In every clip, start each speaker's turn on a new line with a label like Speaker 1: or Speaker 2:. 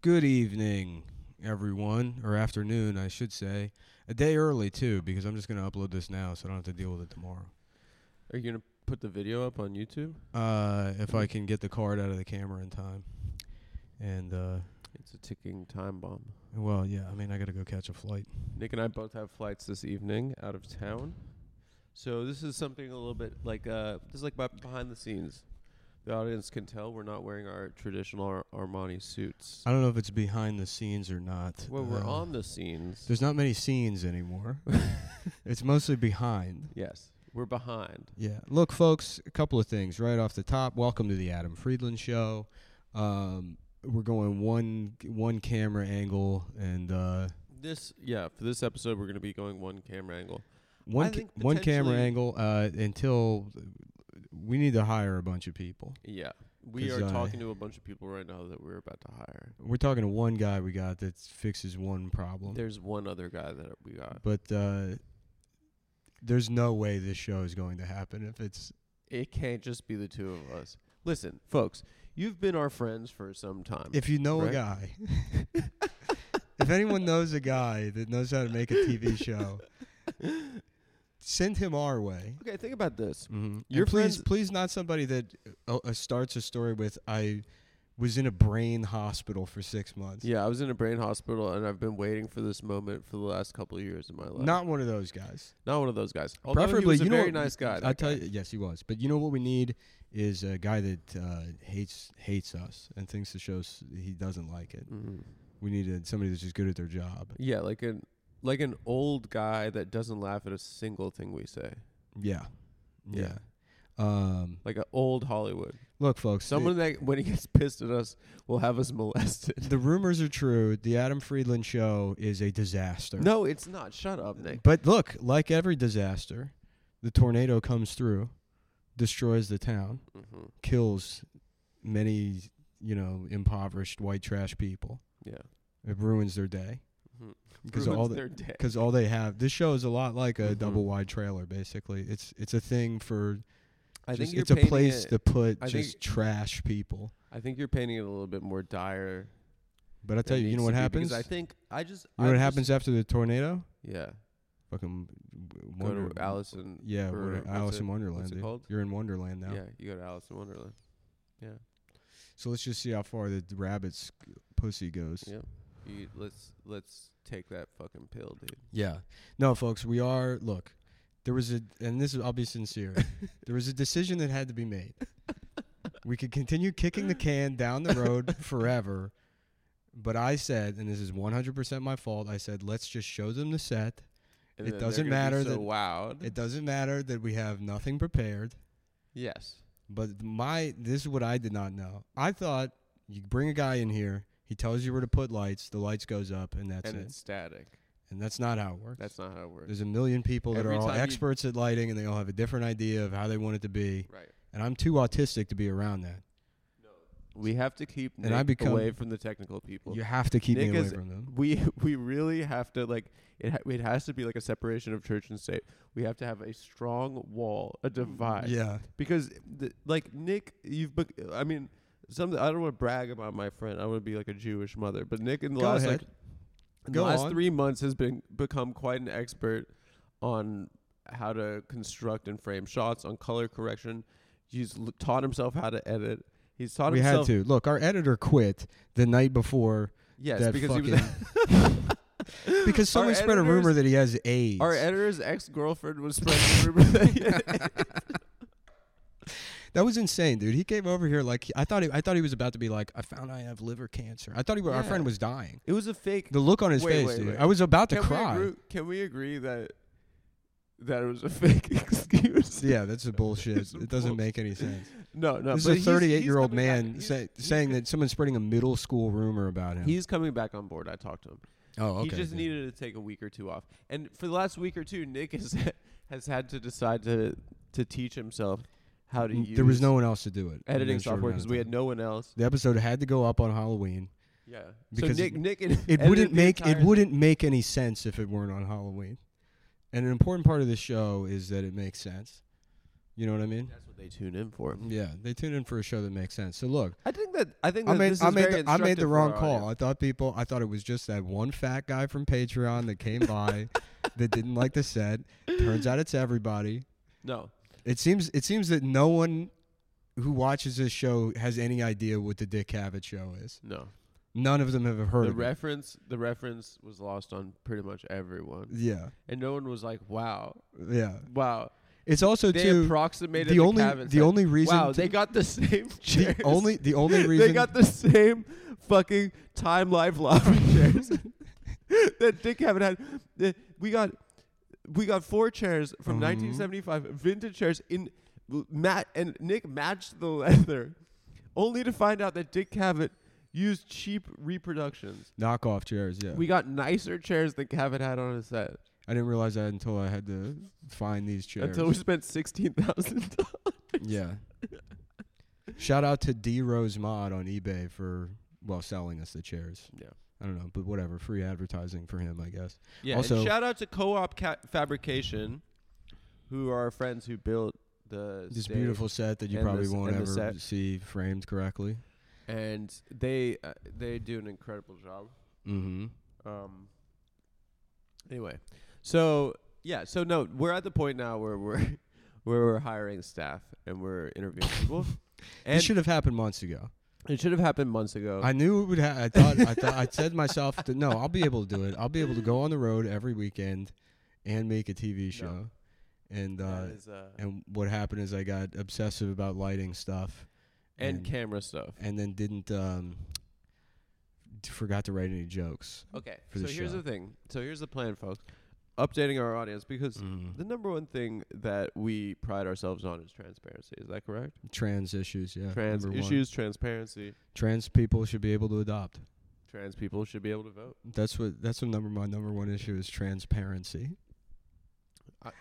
Speaker 1: Good evening, everyone, or afternoon, I should say. A day early too, because I'm just gonna upload this now, so I don't have to deal with it tomorrow.
Speaker 2: Are you gonna put the video up on YouTube?
Speaker 1: Uh, if I can get the card out of the camera in time, and uh,
Speaker 2: It's a ticking time bomb.
Speaker 1: well, yeah, I mean, I gotta go catch a flight.
Speaker 2: Nick and I both have flights this evening out of town, so this is something a little bit like uh, this is like beh- behind the scenes. The audience can tell we're not wearing our traditional Ar- Armani suits.
Speaker 1: I don't know if it's behind the scenes or not.
Speaker 2: Well, we're
Speaker 1: Uh,
Speaker 2: on the scenes.
Speaker 1: There's not many scenes anymore. it's mostly behind.
Speaker 2: Yes, we're behind.
Speaker 1: Yeah. Look, folks, a couple of things right off the top. Welcome to the Adam Friedland Show. Um, we're going one one camera angle and uh,
Speaker 2: This yeah, for this episode we're gonna be going one camera angle.
Speaker 1: one
Speaker 2: I
Speaker 1: ca-
Speaker 2: think
Speaker 1: one camera
Speaker 2: potentially-
Speaker 1: angle uh, until we need to hire a bunch of people.
Speaker 2: Yeah, we
Speaker 1: 'Cause
Speaker 2: are
Speaker 1: I-
Speaker 2: talking to a bunch of people right now that we're about to hire.
Speaker 1: We're talking to one guy we got that fixes one problem,
Speaker 2: There's one other guy that we got.
Speaker 1: but uh, there's no way this show is going to happen if it's
Speaker 2: It can't just be the two of us. Listen, folks, you've been our friends for some time.
Speaker 1: if you know a
Speaker 2: Right.
Speaker 1: guy. if anyone knows a guy that knows how to make a TV show, send him our way.
Speaker 2: okay, think about this.
Speaker 1: Mm-hmm.
Speaker 2: Your
Speaker 1: please,
Speaker 2: friends-
Speaker 1: please, not somebody that uh, uh, starts a story with "I was in a brain hospital for six months."
Speaker 2: Yeah, I was in a brain hospital and I've been waiting for this moment for the last couple of years of my life.
Speaker 1: Not one of those guys.
Speaker 2: not one of those guys. Although he was a
Speaker 1: know
Speaker 2: very
Speaker 1: what-
Speaker 2: nice guy.
Speaker 1: I
Speaker 2: that
Speaker 1: tell
Speaker 2: guy.
Speaker 1: you, yes, he was. But you know what we need is a guy that uh, hates hates us and thinks the show's he doesn't like it.
Speaker 2: Mhm.
Speaker 1: We need a, somebody that's just good at their job.
Speaker 2: Yeah, like an like an old guy that doesn't laugh at a single thing we say.
Speaker 1: Yeah, yeah.
Speaker 2: Yeah.
Speaker 1: Um,
Speaker 2: Like an old Hollywood.
Speaker 1: look, folks. the-
Speaker 2: Someone that when he gets pissed at us will have us molested.
Speaker 1: the rumors are true. The Adam Friedland show is a disaster.
Speaker 2: No, it's not. Shut up, Nick.
Speaker 1: But look, like every disaster, the tornado comes through, destroys the town,
Speaker 2: hmm
Speaker 1: kills many, you know, impoverished white trash people.
Speaker 2: Yeah.
Speaker 1: It ruins their day
Speaker 2: Mhm.
Speaker 1: because all
Speaker 2: Ruins
Speaker 1: the,
Speaker 2: their day.
Speaker 1: because all they have. This show is a lot like a
Speaker 2: Mhm.
Speaker 1: double wide trailer. Basically, it's it's a thing for.
Speaker 2: I
Speaker 1: just-
Speaker 2: think you're
Speaker 1: it's a
Speaker 2: painting
Speaker 1: place
Speaker 2: it-
Speaker 1: to put
Speaker 2: I think-
Speaker 1: just trash people.
Speaker 2: I think you're painting it a little bit more dire.
Speaker 1: But I tell
Speaker 2: than
Speaker 1: you, you
Speaker 2: needs
Speaker 1: know what
Speaker 2: to be, because
Speaker 1: happens.
Speaker 2: I think I just.
Speaker 1: you know
Speaker 2: I
Speaker 1: what
Speaker 2: just-
Speaker 1: happens after the tornado?
Speaker 2: Yeah.
Speaker 1: Fucking
Speaker 2: Go
Speaker 1: wonder,
Speaker 2: to Alice in
Speaker 1: Yeah,
Speaker 2: or
Speaker 1: wonder,
Speaker 2: what's
Speaker 1: Alice
Speaker 2: it-
Speaker 1: in Wonderland.
Speaker 2: what's it
Speaker 1: dude.
Speaker 2: called?
Speaker 1: You're in Wonderland now.
Speaker 2: Yeah, you go to Alice in Wonderland. Yeah.
Speaker 1: So let's just see how far the rabbit's pussy goes.
Speaker 2: Yep. You, let's let's take that fucking pill, dude.
Speaker 1: Yeah. No, folks, we are. Look, there was a, and this is, I'll be sincere. there was a decision that had to be made. we could continue kicking the can down the road forever, but I said, and this is 100% my fault. I said, let's just show them the set.
Speaker 2: And
Speaker 1: It
Speaker 2: then they're
Speaker 1: doesn't
Speaker 2: gonna be
Speaker 1: matter
Speaker 2: So
Speaker 1: that-
Speaker 2: wowed.
Speaker 1: It doesn't matter that we have nothing prepared.
Speaker 2: yes.
Speaker 1: But my, this is what I did not know. I thought you bring a guy in here. He tells you where to put lights. The lights goes up, and that's
Speaker 2: and
Speaker 1: it.
Speaker 2: it's static.
Speaker 1: And that's not how it works.
Speaker 2: That's not how it works.
Speaker 1: There's a million people that
Speaker 2: Every
Speaker 1: are all
Speaker 2: time you-
Speaker 1: experts at lighting and they all have a different idea of how they want it to be.
Speaker 2: Right.
Speaker 1: And I'm too autistic to be around that.
Speaker 2: We have to keep
Speaker 1: And I
Speaker 2: Nick
Speaker 1: become-
Speaker 2: away from the technical people.
Speaker 1: You have to keep
Speaker 2: Nick
Speaker 1: me away
Speaker 2: is-
Speaker 1: from them.
Speaker 2: We we really have to like it. Ha- it has to be like a separation of church and state. We have to have a strong wall, a divide.
Speaker 1: Yeah.
Speaker 2: because the, like Nick, you've bec- I mean, Some I don't want to brag about my friend. I want to be like a Jewish mother. But Nick in the
Speaker 1: Go
Speaker 2: last
Speaker 1: ahead.
Speaker 2: like in
Speaker 1: Go
Speaker 2: the last
Speaker 1: on.
Speaker 2: three months has been become quite an expert on how to construct and frame shots, on color correction. He's l- taught himself how to edit. He's taught
Speaker 1: we had
Speaker 2: himself
Speaker 1: to look. Our editor quit the night before
Speaker 2: yes
Speaker 1: that
Speaker 2: because he
Speaker 1: fucking
Speaker 2: was
Speaker 1: because someone
Speaker 2: Our
Speaker 1: spread a
Speaker 2: editors-
Speaker 1: rumor that he has AIDS.
Speaker 2: our editor's ex girlfriend was spreading the rumor that he had-
Speaker 1: that was insane, dude. He came over here like I thought. He, I thought he was about to be like, I found I have liver cancer. I thought he, our
Speaker 2: Yeah.
Speaker 1: friend was dying.
Speaker 2: it was a fake.
Speaker 1: The look on his
Speaker 2: Wait,
Speaker 1: face,
Speaker 2: wait,
Speaker 1: dude.
Speaker 2: wait.
Speaker 1: I was about to
Speaker 2: can
Speaker 1: cry.
Speaker 2: We agree, can we agree that that it was a fake excuse?
Speaker 1: Yeah, that's a bullshit.
Speaker 2: It's a
Speaker 1: it doesn't
Speaker 2: bull-
Speaker 1: make any sense.
Speaker 2: No, no.
Speaker 1: this
Speaker 2: but
Speaker 1: is
Speaker 2: he's-
Speaker 1: a 38 year old
Speaker 2: he's coming back-
Speaker 1: man
Speaker 2: he's-
Speaker 1: say,
Speaker 2: he's-
Speaker 1: saying that someone's spreading a middle school rumor about him.
Speaker 2: he's coming back on board. I talked to him.
Speaker 1: oh, okay.
Speaker 2: he just
Speaker 1: good.
Speaker 2: needed to take a week or two off. And for the last week or two, Nick has has had to decide to to teach himself how to use
Speaker 1: There was no one else to do it. in
Speaker 2: editing
Speaker 1: that short
Speaker 2: software
Speaker 1: amount of
Speaker 2: because we had
Speaker 1: time.
Speaker 2: no one else.
Speaker 1: the episode had to go up on Halloween.
Speaker 2: Yeah.
Speaker 1: Because
Speaker 2: so Nick,
Speaker 1: it-
Speaker 2: Nick,
Speaker 1: It
Speaker 2: edited
Speaker 1: wouldn't
Speaker 2: the
Speaker 1: make it
Speaker 2: entire-
Speaker 1: wouldn't make any sense if it weren't on Halloween. And an important part of the show is that it makes sense. You know what I mean?
Speaker 2: That's what they tune in for.
Speaker 1: Yeah, they tune in for a show that makes sense. So look,
Speaker 2: Mm. I think that I think
Speaker 1: I
Speaker 2: that
Speaker 1: made
Speaker 2: this
Speaker 1: I
Speaker 2: is
Speaker 1: made
Speaker 2: very
Speaker 1: the, I made
Speaker 2: instructive
Speaker 1: the
Speaker 2: for
Speaker 1: wrong
Speaker 2: our
Speaker 1: call.
Speaker 2: audience.
Speaker 1: I thought people I thought it was just that one fat guy from Patreon that came by that didn't like the set. Turns out it's everybody.
Speaker 2: No,
Speaker 1: It seems it seems that no one who watches this show has any idea what the Dick Cavett show is.
Speaker 2: no.
Speaker 1: None of them have heard
Speaker 2: The
Speaker 1: of it.
Speaker 2: reference the reference was lost on pretty much everyone,
Speaker 1: Yeah.
Speaker 2: and no one was like, "Wow,
Speaker 1: Yeah.
Speaker 2: wow."
Speaker 1: It's also
Speaker 2: they
Speaker 1: too
Speaker 2: approximated
Speaker 1: the only-
Speaker 2: Cavett
Speaker 1: the
Speaker 2: set.
Speaker 1: only reason
Speaker 2: Wow,
Speaker 1: to-
Speaker 2: they got the same chairs.
Speaker 1: the only the only
Speaker 2: they
Speaker 1: reason
Speaker 2: got the same fucking time life lobby chairs that Dick Cavett had. The- We got we got four chairs from
Speaker 1: Mhm.
Speaker 2: 1975, vintage chairs in Matt and Nick matched the leather, only to find out that Dick Cavett used cheap reproductions.
Speaker 1: knockoff chairs, yeah.
Speaker 2: We got nicer chairs than Cavett had on his set
Speaker 1: I didn't realize that until I had to find these chairs.
Speaker 2: until we spent sixteen thousand.
Speaker 1: yeah. Shout out to D Rose Mod on eBay for well selling us the chairs.
Speaker 2: Yeah.
Speaker 1: I don't know, but whatever, free advertising for him, I guess.
Speaker 2: Yeah.
Speaker 1: Also-
Speaker 2: and shout out to Co-op Ca- Fabrication, who are our friends who built the
Speaker 1: This
Speaker 2: stage.
Speaker 1: beautiful set that you
Speaker 2: and
Speaker 1: probably
Speaker 2: this-
Speaker 1: won't
Speaker 2: and the
Speaker 1: ever
Speaker 2: set.
Speaker 1: see framed correctly.
Speaker 2: and they uh, they do an incredible job.
Speaker 1: Mm-hmm.
Speaker 2: Um. Anyway, so yeah, so no, we're at the point now where we're where we're hiring staff and we're interviewing people.
Speaker 1: This
Speaker 2: And Oh.
Speaker 1: should have happened months ago.
Speaker 2: it should have happened months ago.
Speaker 1: I knew it would. Ha- I thought. I thought. I said to myself that no, I'll be able to do it. I'll be able to go on the road every weekend, and make a TV show. And uh,
Speaker 2: That is, uh, and,
Speaker 1: and what happened is I got obsessive about lighting stuff, and-
Speaker 2: camera stuff.
Speaker 1: and then didn't um, d- forgot to write any jokes.
Speaker 2: Okay,
Speaker 1: for
Speaker 2: so
Speaker 1: the
Speaker 2: here's
Speaker 1: show.
Speaker 2: the thing. So here's the plan, folks. Updating our audience because the number one thing that we pride ourselves on is transparency. Is that correct?
Speaker 1: Trans issues, yeah.
Speaker 2: Trans
Speaker 1: number one.
Speaker 2: issues, transparency.
Speaker 1: Trans people should be able to adopt.
Speaker 2: Trans people should be able to vote.
Speaker 1: That's what. That's what number my number one issue is transparency.
Speaker 2: I-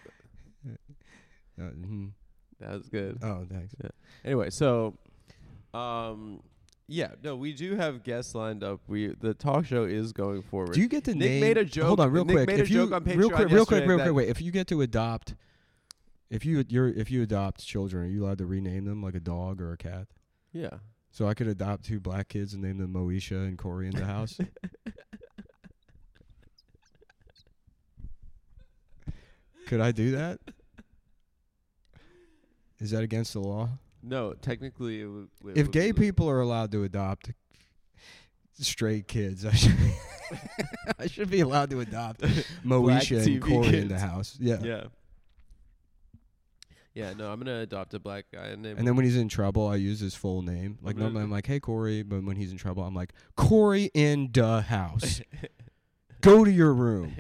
Speaker 1: Uh, mhm.
Speaker 2: That was good.
Speaker 1: Oh, thanks.
Speaker 2: Anyway, so um yeah, no, we do have guests lined up. We the talk show is going forward.
Speaker 1: Do you get to
Speaker 2: Nick
Speaker 1: name?
Speaker 2: made a joke-
Speaker 1: Hold on, real
Speaker 2: Nick
Speaker 1: quick.
Speaker 2: made a
Speaker 1: if you
Speaker 2: joke on
Speaker 1: real
Speaker 2: Patreon
Speaker 1: quick, real quick,
Speaker 2: yesterday
Speaker 1: real
Speaker 2: that-
Speaker 1: quick. Wait, if you get to adopt, if you you're if you adopt children, are you allowed to rename them like a dog or a cat?
Speaker 2: yeah.
Speaker 1: So I could adopt two black kids and name them Moesha and Corey in the house. could I do that? Is that against the law?
Speaker 2: No, technically it would it
Speaker 1: if
Speaker 2: would
Speaker 1: gay
Speaker 2: be-
Speaker 1: people are allowed to adopt straight kids, I should I should be allowed to adopt Moesha
Speaker 2: TV
Speaker 1: and Corey in the
Speaker 2: kids.
Speaker 1: house. Yeah.
Speaker 2: Yeah. Yeah, no, I'm gonna adopt a black guy and name
Speaker 1: And then when he's in trouble, I use his full name. Like
Speaker 2: I'm gonna-
Speaker 1: normally, I'm like, "Hey Corey," but when he's in trouble, I'm like, "Corey in the house. Go to your room."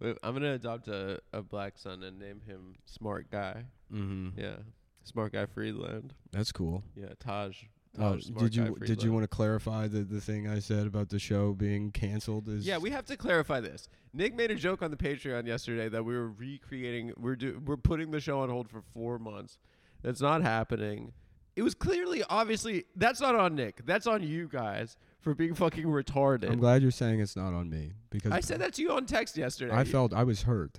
Speaker 2: Wait, I'm gonna adopt a, a black son and name him Smart Guy.
Speaker 1: Mm-hmm.
Speaker 2: Yeah, Smart Guy Friedland.
Speaker 1: That's cool.
Speaker 2: Yeah, Taj.
Speaker 1: Oh,
Speaker 2: Taj
Speaker 1: did
Speaker 2: Smart Guy
Speaker 1: you did you
Speaker 2: Friedland.
Speaker 1: want to clarify the, the thing I said about the show being canceled? Is
Speaker 2: Yeah, we have to clarify this. Nick made a joke on the Patreon yesterday that we were recreating. We're do, we're putting the show on hold for four months. That's not happening. It was clearly, obviously, that's not on Nick. That's on you guys for being fucking retarded.
Speaker 1: I'm glad you're saying it's not on me because
Speaker 2: I said that to you on text yesterday.
Speaker 1: I felt I was hurt.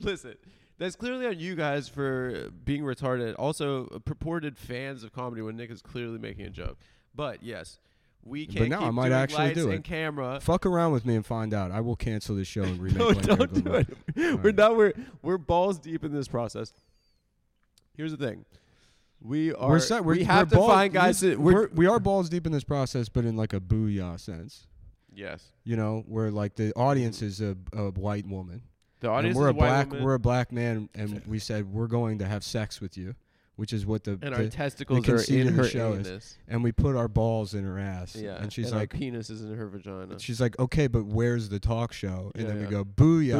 Speaker 2: Listen, That's clearly on you guys for being retarded. Also, uh, purported fans of comedy when Nick is clearly making a joke. But yes, we
Speaker 1: But
Speaker 2: can
Speaker 1: now
Speaker 2: keep
Speaker 1: I might
Speaker 2: doing
Speaker 1: actually
Speaker 2: lights
Speaker 1: do
Speaker 2: and
Speaker 1: it.
Speaker 2: camera.
Speaker 1: Fuck around with me and find out. I will cancel this show and remake.
Speaker 2: no,
Speaker 1: Blank
Speaker 2: don't
Speaker 1: Miracle
Speaker 2: do
Speaker 1: Month.
Speaker 2: it. we're
Speaker 1: right.
Speaker 2: not. We're we're balls deep in this process. Here's the thing. We are.
Speaker 1: We're, set- we're
Speaker 2: we have
Speaker 1: we're
Speaker 2: to
Speaker 1: ball-
Speaker 2: find guys.
Speaker 1: we
Speaker 2: that we're,
Speaker 1: we are balls deep in this process, but in like a booyah sense.
Speaker 2: yes.
Speaker 1: You know, where like the audience is a, a white woman.
Speaker 2: The
Speaker 1: and
Speaker 2: audience
Speaker 1: we're
Speaker 2: is
Speaker 1: a
Speaker 2: white
Speaker 1: black
Speaker 2: women,
Speaker 1: we're a black man and we said we're going to have sex with you, which is what the
Speaker 2: and
Speaker 1: the-
Speaker 2: our testicles
Speaker 1: the
Speaker 2: are
Speaker 1: conceit
Speaker 2: in
Speaker 1: of the
Speaker 2: her
Speaker 1: show is-
Speaker 2: anus.
Speaker 1: and we put our balls in her ass.
Speaker 2: Yeah.
Speaker 1: And she's
Speaker 2: our
Speaker 1: like
Speaker 2: penis is in her vagina.
Speaker 1: she's like, Okay, but where's the talk show? And
Speaker 2: Yeah,
Speaker 1: then we
Speaker 2: yeah.
Speaker 1: go, Booyah.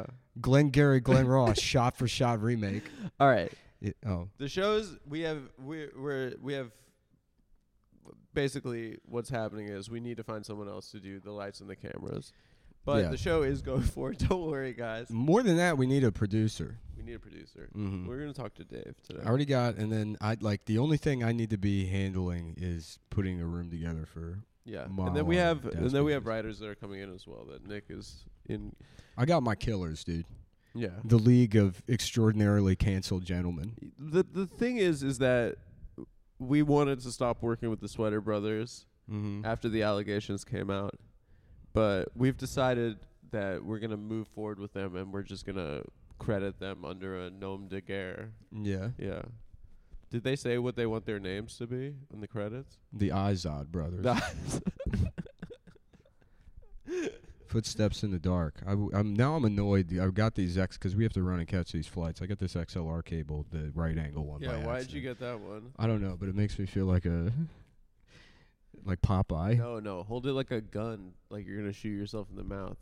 Speaker 2: Booyah.
Speaker 1: Glenn Gary, Glenn Ross, shot for shot remake.
Speaker 2: All right.
Speaker 1: It- oh.
Speaker 2: The shows we have we we're we have basically what's happening is we need to find someone else to do the lights and the cameras. But
Speaker 1: Yeah.
Speaker 2: the show is going forward. Don't worry guys.
Speaker 1: More than that, we need a producer.
Speaker 2: We need a producer.
Speaker 1: Mhm.
Speaker 2: We're gonna talk to Dave today.
Speaker 1: I already got, and then I like the only thing I need to be handling is putting a room together for.
Speaker 2: yeah. And then we
Speaker 1: Marlon
Speaker 2: have and then we have
Speaker 1: Daskovich.
Speaker 2: writers that are coming in as well that Nick is in
Speaker 1: I got my killers, dude.
Speaker 2: Yeah.
Speaker 1: The League of Extraordinarily Cancelled Gentlemen.
Speaker 2: The the thing is is that we wanted to stop working with the Sweater Brothers.
Speaker 1: Mm-hmm.
Speaker 2: after the allegations came out. But we've decided that we're gonna move forward with them, and we're just gonna credit them under a nom de guerre.
Speaker 1: Yeah,
Speaker 2: Yeah. Did they say what they want their names to be in the credits?
Speaker 1: the Izod brothers. Footsteps in the dark. I w- I'm now I'm annoyed. I've got these X because we have to run and catch these flights. I got this XLR cable, the right angle one.
Speaker 2: yeah.
Speaker 1: by
Speaker 2: Why did
Speaker 1: accident.
Speaker 2: you get that one?
Speaker 1: I don't know, but it makes me feel like a like Popeye.
Speaker 2: No, no. Hold it like a gun, like you're gonna shoot yourself in the mouth.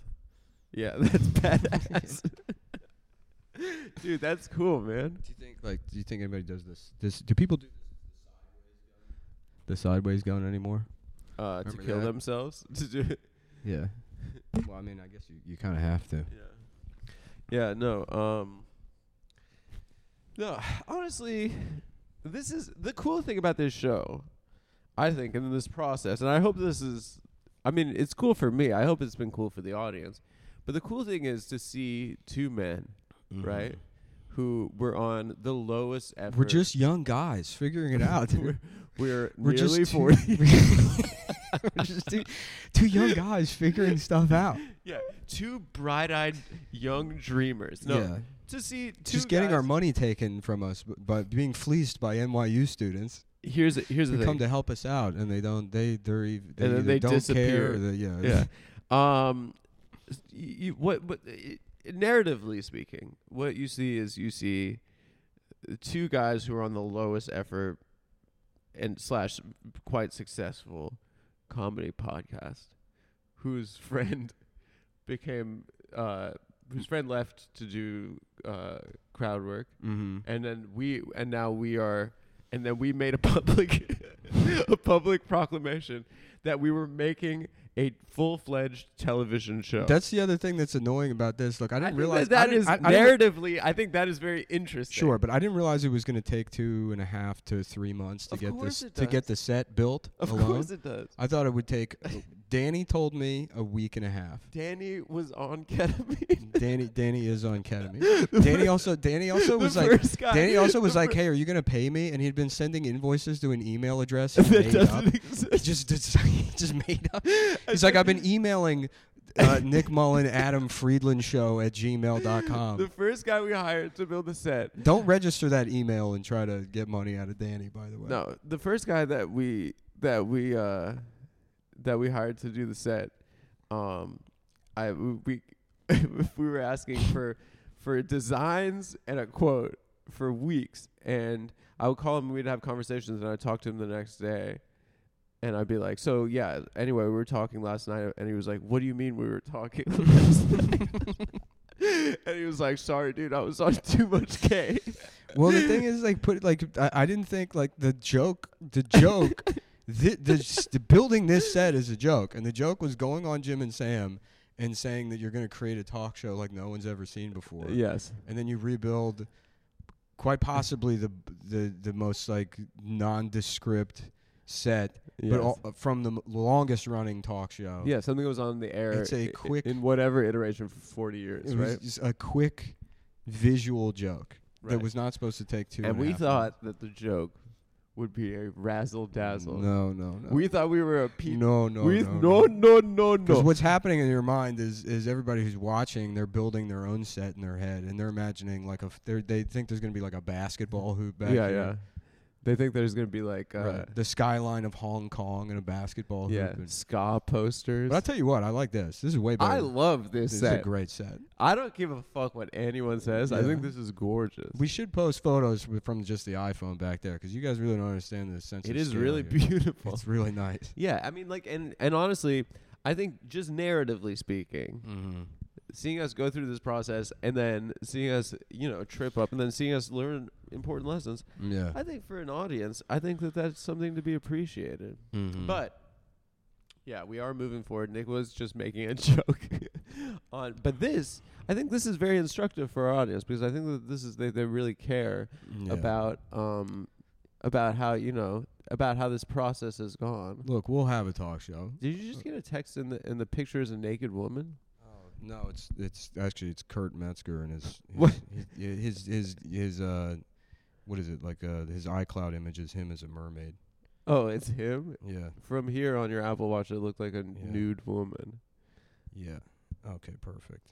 Speaker 2: Yeah, that's badass. Dude, that's cool, man.
Speaker 1: Do you think like do you think anybody does this? This do people do this, the sideways gun anymore?
Speaker 2: Uh, to
Speaker 1: Remember
Speaker 2: kill
Speaker 1: that?
Speaker 2: themselves, to do it.
Speaker 1: Yeah. well, I mean, I guess you, you kind of have to.
Speaker 2: Yeah. Yeah, no. Um No, honestly, this is the cool thing about this show, I think, and this process, and I hope this is I mean, it's cool for me. I hope it's been cool for the audience. But the cool thing is to see two men,
Speaker 1: Mm-hmm.
Speaker 2: right? Who were on the lowest effort.
Speaker 1: We're just young guys figuring it out.
Speaker 2: we're, we're,
Speaker 1: We're
Speaker 2: nearly
Speaker 1: just
Speaker 2: 40.
Speaker 1: Two, we're just two, two young guys figuring stuff out.
Speaker 2: Yeah, two bright-eyed young dreamers. No,
Speaker 1: Yeah.
Speaker 2: to see two
Speaker 1: just getting our
Speaker 2: guys-
Speaker 1: money taken from us b- by being fleeced by NYU students
Speaker 2: Here's here's the
Speaker 1: who
Speaker 2: thing.
Speaker 1: come to help us out, and they don't. They they're ev- they,
Speaker 2: then
Speaker 1: either
Speaker 2: they
Speaker 1: don't care.
Speaker 2: disappear.
Speaker 1: Or they, yeah,
Speaker 2: yeah. Um, s- y- you, what, what, i- narratively speaking, what you see is you see two guys who are on the lowest effort and slash quite successful comedy podcast, whose friend became uh, whose friend left to do uh, crowd work,
Speaker 1: Mm-hmm.
Speaker 2: and then we and now we are and then we made a public a public proclamation that we were making a full-fledged television show
Speaker 1: That's the other thing that's annoying about this. Look, I
Speaker 2: I
Speaker 1: didn't
Speaker 2: think
Speaker 1: realize I
Speaker 2: that
Speaker 1: didn't-
Speaker 2: is
Speaker 1: I- I didn't-
Speaker 2: narratively i think that is very interesting
Speaker 1: Sure, but I didn't realize it was going to take two and a half to three months to
Speaker 2: Of
Speaker 1: get
Speaker 2: course
Speaker 1: this
Speaker 2: it
Speaker 1: to get
Speaker 2: does.
Speaker 1: the set built
Speaker 2: of
Speaker 1: alone.
Speaker 2: course it does
Speaker 1: I thought it would take. Danny told me a week and a half.
Speaker 2: danny was on ketamine
Speaker 1: Danny, Danny is on ketamine. Danny also, Danny also
Speaker 2: the
Speaker 1: was like,
Speaker 2: first guy-
Speaker 1: Danny also was
Speaker 2: the
Speaker 1: like,
Speaker 2: fir-
Speaker 1: "Hey, are you gonna pay me?" And he'd been sending invoices to an email address he
Speaker 2: that
Speaker 1: made up.
Speaker 2: doesn't
Speaker 1: He
Speaker 2: exist
Speaker 1: just, just, he just made up. He's like, "I've been emailing uh, Nick Mullen, Adam Friedland show at gmail.com.
Speaker 2: the first guy we hired to build the set
Speaker 1: Don't register that email and try to get money out of Danny, by the way.
Speaker 2: No, the first guy that we that we uh that we hired to do the set, um, I we if we were asking for for designs and a quote for weeks, and I would call him, we'd have conversations, and I'd talk to him the next day, and I'd be like, so yeah. Anyway, we were talking last night, and he was like, "What do you mean we were talking?" last night?" and he was like, "Sorry, dude, I was on too much K."
Speaker 1: Well, the thing is, like, put like I, I didn't think like the joke, the joke, the, the s- the building this set is a joke, and the joke was going on Jim and Sam and saying that you're going to create a talk show like no one's ever seen before,
Speaker 2: yes.
Speaker 1: and then you rebuild quite possibly the the the most like nondescript set,
Speaker 2: Yes.
Speaker 1: but all, from the m- longest running talk show.
Speaker 2: Yeah, something that was on the air.
Speaker 1: It's a
Speaker 2: i- i-
Speaker 1: quick-
Speaker 2: in whatever iteration for forty
Speaker 1: it
Speaker 2: years,
Speaker 1: was
Speaker 2: right?
Speaker 1: just a quick visual joke that
Speaker 2: Right.
Speaker 1: was not supposed to take two.
Speaker 2: and
Speaker 1: a
Speaker 2: we
Speaker 1: half
Speaker 2: thought that the joke would be a razzle
Speaker 1: minutes.
Speaker 2: dazzle.
Speaker 1: No, no, no.
Speaker 2: We thought we were a pe-
Speaker 1: no, no,
Speaker 2: we
Speaker 1: no,
Speaker 2: no no no no.
Speaker 1: Because what's happening in your mind is is everybody who's watching, they're building their own set in their head, and they're imagining like a f- they're- they think there's gonna be like a basketball hoop back
Speaker 2: yeah,
Speaker 1: here.
Speaker 2: yeah. They think there's gonna be like uh,
Speaker 1: Right. The skyline of Hong Kong and a basketball
Speaker 2: yeah
Speaker 1: hoop. and-
Speaker 2: ska posters.
Speaker 1: But I tell you what, I like this. This is way better.
Speaker 2: I love this
Speaker 1: this is
Speaker 2: set.
Speaker 1: a great set.
Speaker 2: I don't give a fuck what anyone says. I
Speaker 1: Yeah.
Speaker 2: think this is gorgeous.
Speaker 1: We should post photos with, from just the iPhone back there because you guys really don't understand the sense.
Speaker 2: it
Speaker 1: of
Speaker 2: is
Speaker 1: scale
Speaker 2: really
Speaker 1: here.
Speaker 2: beautiful.
Speaker 1: It's really nice.
Speaker 2: yeah, I mean, like, and and honestly, I think just narratively speaking,
Speaker 1: Mm-hmm.
Speaker 2: seeing us go through this process and then seeing us, you know, trip up and then seeing us learn important lessons,
Speaker 1: Yeah.
Speaker 2: I think for an audience, I think that that's something to be appreciated.
Speaker 1: Mhm.
Speaker 2: But yeah, we are moving forward. Nick was just making a joke on, but this, I think this is very instructive for our audience because I think that this is they, they really care
Speaker 1: Yeah.
Speaker 2: about um about how you know about how this process has gone.
Speaker 1: look, we'll have a talk show.
Speaker 2: Did you just get a text in the in the picture is a naked woman?
Speaker 1: No, it's it's actually it's Kurt Metzger and his
Speaker 2: What?
Speaker 1: his his his, his uh what is it like uh his iCloud image is him as a mermaid.
Speaker 2: Oh, it's him.
Speaker 1: Yeah,
Speaker 2: From here on your Apple Watch, it looked like a
Speaker 1: Yeah.
Speaker 2: nude woman.
Speaker 1: yeah. Okay, perfect.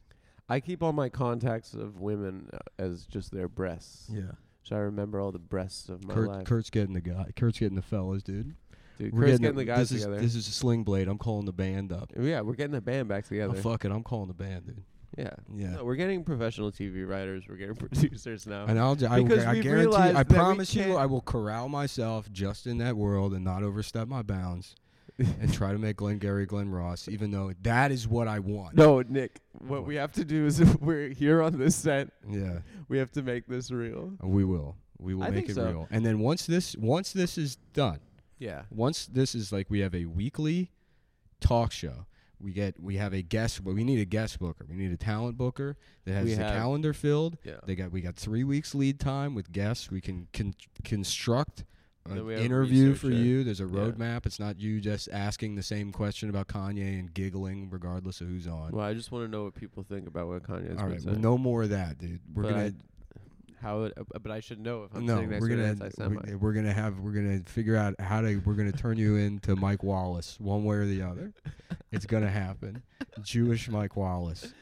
Speaker 2: I keep all my contacts of women uh, as just their breasts,
Speaker 1: Yeah,
Speaker 2: so I remember all the breasts of my
Speaker 1: Kurt
Speaker 2: life.
Speaker 1: Kurt's getting the guy. Kurt's getting the fellas, dude.
Speaker 2: Dude,
Speaker 1: We're
Speaker 2: Kurt's getting the guys
Speaker 1: this
Speaker 2: together.
Speaker 1: Is, this is a sling blade. I'm calling the band up.
Speaker 2: yeah, we're getting the band back
Speaker 1: Oh,
Speaker 2: together.
Speaker 1: fuck it, I'm calling the band, dude.
Speaker 2: yeah.
Speaker 1: Yeah.
Speaker 2: No, we're getting professional TV writers. We're getting producers now.
Speaker 1: And I'll ju- I, will
Speaker 2: Because
Speaker 1: gu- I
Speaker 2: we've
Speaker 1: guarantee
Speaker 2: realized
Speaker 1: I
Speaker 2: that we
Speaker 1: promise you
Speaker 2: can't-
Speaker 1: I will corral myself just in that world and not overstep my bounds and try to make Glenn Gary Glenn Ross even though that is what I want.
Speaker 2: No, Nick, what we have to do is if we're here on this set,
Speaker 1: Yeah.
Speaker 2: we have to make this real.
Speaker 1: We will. We will
Speaker 2: I
Speaker 1: make
Speaker 2: think
Speaker 1: it
Speaker 2: so.
Speaker 1: real. And then once this once this is done,
Speaker 2: Yeah.
Speaker 1: once this is like we have a weekly talk show. We get we have a guest but we need a guest booker. We need a talent booker that has
Speaker 2: We
Speaker 1: the
Speaker 2: have-
Speaker 1: calendar filled.
Speaker 2: Yeah.
Speaker 1: They got we got 3 weeks lead time with guests. We can con- construct
Speaker 2: And then
Speaker 1: an
Speaker 2: we have a
Speaker 1: interview for
Speaker 2: researcher.
Speaker 1: you. There's a roadmap. It's not you just asking the same question about Kanye and giggling regardless of who's on.
Speaker 2: Well, I just want to know what people think about what Kanye's
Speaker 1: All
Speaker 2: been
Speaker 1: right, well,
Speaker 2: saying.
Speaker 1: no more of that, dude. We're
Speaker 2: But
Speaker 1: gonna
Speaker 2: I- How it, uh, but I should know if I'm
Speaker 1: no,
Speaker 2: sitting next
Speaker 1: we're
Speaker 2: to an
Speaker 1: gonna
Speaker 2: anti-Semite.
Speaker 1: we, we're gonna have we're gonna figure out how to we're gonna turn you into Mike Wallace one way or the other. It's gonna happen. Jewish Mike Wallace,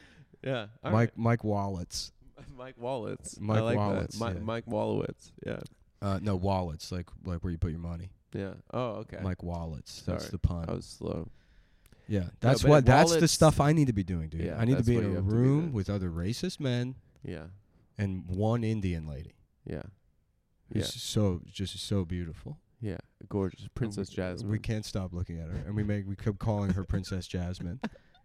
Speaker 2: yeah, all
Speaker 1: Mike Mike Wallets.
Speaker 2: right. Mike Wallets. I
Speaker 1: Mike
Speaker 2: like
Speaker 1: Wallets,
Speaker 2: That. Mi-
Speaker 1: yeah.
Speaker 2: Mike Wallowitz. Yeah,
Speaker 1: Uh, no wallets, like like where you put your money.
Speaker 2: yeah. Oh, okay.
Speaker 1: Mike Wallets. That's
Speaker 2: Sorry.
Speaker 1: the pun.
Speaker 2: I was slow.
Speaker 1: yeah, that's
Speaker 2: but
Speaker 1: what that's the
Speaker 2: wallets-
Speaker 1: stuff I need to be doing, dude.
Speaker 2: Yeah,
Speaker 1: I need to
Speaker 2: that's
Speaker 1: be
Speaker 2: what
Speaker 1: in
Speaker 2: you
Speaker 1: a
Speaker 2: have to be
Speaker 1: room
Speaker 2: doing.
Speaker 1: with other racist men
Speaker 2: Yeah,
Speaker 1: and one Indian lady.
Speaker 2: yeah,
Speaker 1: Who's
Speaker 2: Yeah.
Speaker 1: so just so beautiful.
Speaker 2: yeah. Gorgeous Princess
Speaker 1: we,
Speaker 2: Jasmine.
Speaker 1: We can't stop looking at her, and we make we keep calling her Princess Jasmine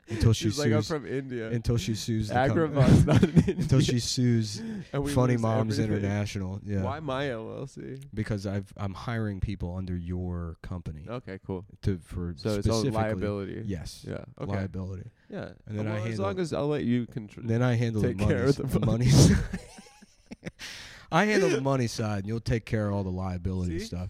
Speaker 1: until she
Speaker 2: She's like I'm
Speaker 1: sues
Speaker 2: from India.
Speaker 1: until she sues the com-
Speaker 2: Agrabah's not in India.
Speaker 1: until she sues
Speaker 2: and we
Speaker 1: Funny
Speaker 2: lose
Speaker 1: Moms
Speaker 2: everything.
Speaker 1: International. Yeah,
Speaker 2: Why my LLC?
Speaker 1: because I've I'm hiring people under your company
Speaker 2: Okay, cool.
Speaker 1: to for
Speaker 2: So it's all
Speaker 1: specifically
Speaker 2: liability.
Speaker 1: Yes,
Speaker 2: Yeah. Okay.
Speaker 1: liability.
Speaker 2: Yeah.
Speaker 1: And then I
Speaker 2: well, as
Speaker 1: handle-
Speaker 2: long as I'll let you control.
Speaker 1: Then I handle
Speaker 2: Take
Speaker 1: the
Speaker 2: care
Speaker 1: money.
Speaker 2: of
Speaker 1: s-
Speaker 2: the
Speaker 1: the
Speaker 2: money.
Speaker 1: money. s- I handle the money side, and you'll take care of all the liability
Speaker 2: See?
Speaker 1: stuff.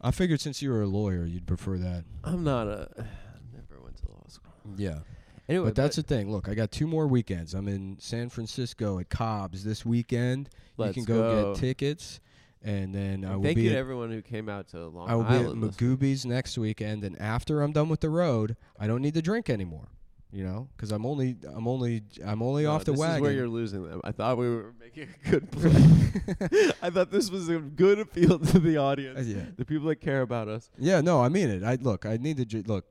Speaker 1: I figured since you were a lawyer, you'd prefer that.
Speaker 2: I'm not a. Never went to law school.
Speaker 1: Yeah.
Speaker 2: Anyway,
Speaker 1: But that's the thing. Look, I got two more weekends. I'm in San Francisco at Cobb's this weekend.
Speaker 2: Let's
Speaker 1: you can go,
Speaker 2: go.
Speaker 1: get tickets, and then I
Speaker 2: And
Speaker 1: will
Speaker 2: thank
Speaker 1: be.
Speaker 2: you
Speaker 1: at,
Speaker 2: to everyone who came out to Long
Speaker 1: I will be at
Speaker 2: Island. this-
Speaker 1: Magoobies next weekend, and after I'm done with the road, I don't need to drink anymore. You know, because I'm only, I'm only, I'm only
Speaker 2: No,
Speaker 1: off the
Speaker 2: Uh, this
Speaker 1: wagon.
Speaker 2: is where you're losing them. I thought we were making a good play. I thought this was a good appeal to the
Speaker 1: Uh,
Speaker 2: audience,
Speaker 1: yeah.
Speaker 2: the people that care about us.
Speaker 1: Yeah, no, I mean it. I look, I need to ju- look.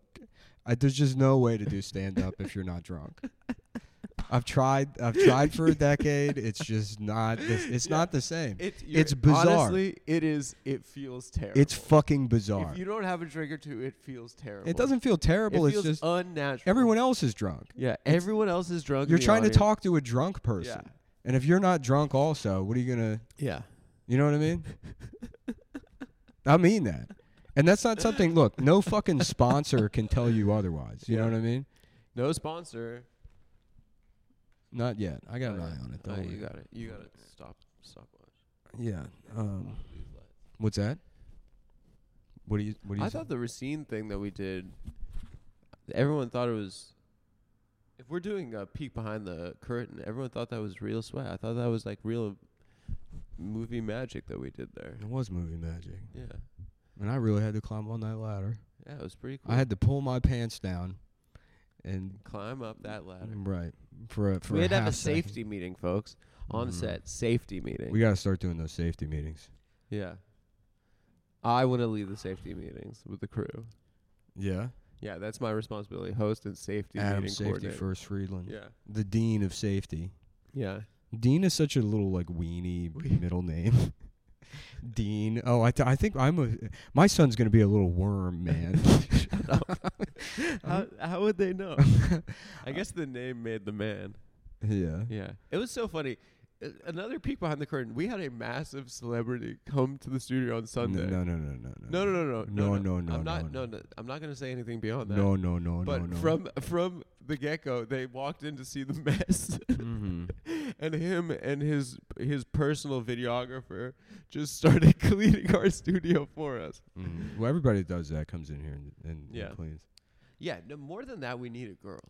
Speaker 1: I, there's just no way to do stand up if you're not drunk. I've tried. I've tried for a decade. It's just not. This, it's not the same.
Speaker 2: It,
Speaker 1: It's bizarre.
Speaker 2: Honestly, it is. It feels terrible.
Speaker 1: it's fucking bizarre.
Speaker 2: If you don't have a drink or two, it feels terrible.
Speaker 1: It doesn't feel
Speaker 2: It
Speaker 1: terrible. it's
Speaker 2: feels
Speaker 1: just
Speaker 2: unnatural.
Speaker 1: everyone else is drunk.
Speaker 2: Yeah, everyone else is drunk. in
Speaker 1: You're
Speaker 2: the
Speaker 1: trying
Speaker 2: audience.
Speaker 1: to talk to a drunk person,
Speaker 2: Yeah.
Speaker 1: and if you're not drunk, also, what are you gonna?
Speaker 2: Yeah.
Speaker 1: You know what I mean? I mean that. And that's not something. Look, no fucking sponsor can tell you otherwise. You know
Speaker 2: Yeah.
Speaker 1: what I mean?
Speaker 2: No sponsor.
Speaker 1: Not yet. I got an
Speaker 2: Oh,
Speaker 1: eye
Speaker 2: yeah.
Speaker 1: on it.
Speaker 2: Oh,
Speaker 1: Don't worry.
Speaker 2: you got it. You got it. Stop. Stop.
Speaker 1: Yeah. Um, what's that? What do you? What do you?
Speaker 2: I
Speaker 1: say?
Speaker 2: thought the Racine thing that we did. Everyone thought it was. If we're doing a peek behind the curtain, everyone thought that was real sweat. I thought that was like real movie magic that we did there.
Speaker 1: It was movie magic.
Speaker 2: Yeah,
Speaker 1: And I really had to climb on that ladder.
Speaker 2: yeah, it was pretty cool.
Speaker 1: I had to pull my pants down and
Speaker 2: climb up that ladder.
Speaker 1: right for a, Mm, for
Speaker 2: we
Speaker 1: a
Speaker 2: had to have a
Speaker 1: half second.
Speaker 2: safety meeting, folks, on
Speaker 1: Mm.
Speaker 2: set. Safety meeting.
Speaker 1: We got to start doing those safety meetings.
Speaker 2: yeah. I want to lead the safety meetings with the crew.
Speaker 1: Yeah.
Speaker 2: Yeah, that's my responsibility. Host and safety
Speaker 1: Adam
Speaker 2: meeting
Speaker 1: Safety
Speaker 2: coordinator.
Speaker 1: First Friedland.
Speaker 2: Yeah,
Speaker 1: The dean of safety.
Speaker 2: yeah.
Speaker 1: Dean is such a little like weenie middle name. Dean. Oh, I, th- I think I'm a. My son's gonna be a little worm, man.
Speaker 2: How, how would they know? I guess the name made the man.
Speaker 1: yeah.
Speaker 2: Yeah. It was so funny. A- Another peek behind the curtain. We had a massive celebrity come to the studio on Sunday.
Speaker 1: No, no, no, no,
Speaker 2: no, no, no, no,
Speaker 1: No, no, no,
Speaker 2: I'm not.
Speaker 1: no,
Speaker 2: No, no. I'm not going to say anything beyond that.
Speaker 1: No, no, no,
Speaker 2: But
Speaker 1: no, no.
Speaker 2: from from the get go, they walked in to see the mess,
Speaker 1: Mhm.
Speaker 2: and him and his his personal videographer just started cleaning our studio for us.
Speaker 1: Mm. Well, everybody that does that comes in here and, and, and
Speaker 2: Yeah.
Speaker 1: cleans.
Speaker 2: Yeah. No, more than that, we need a girl.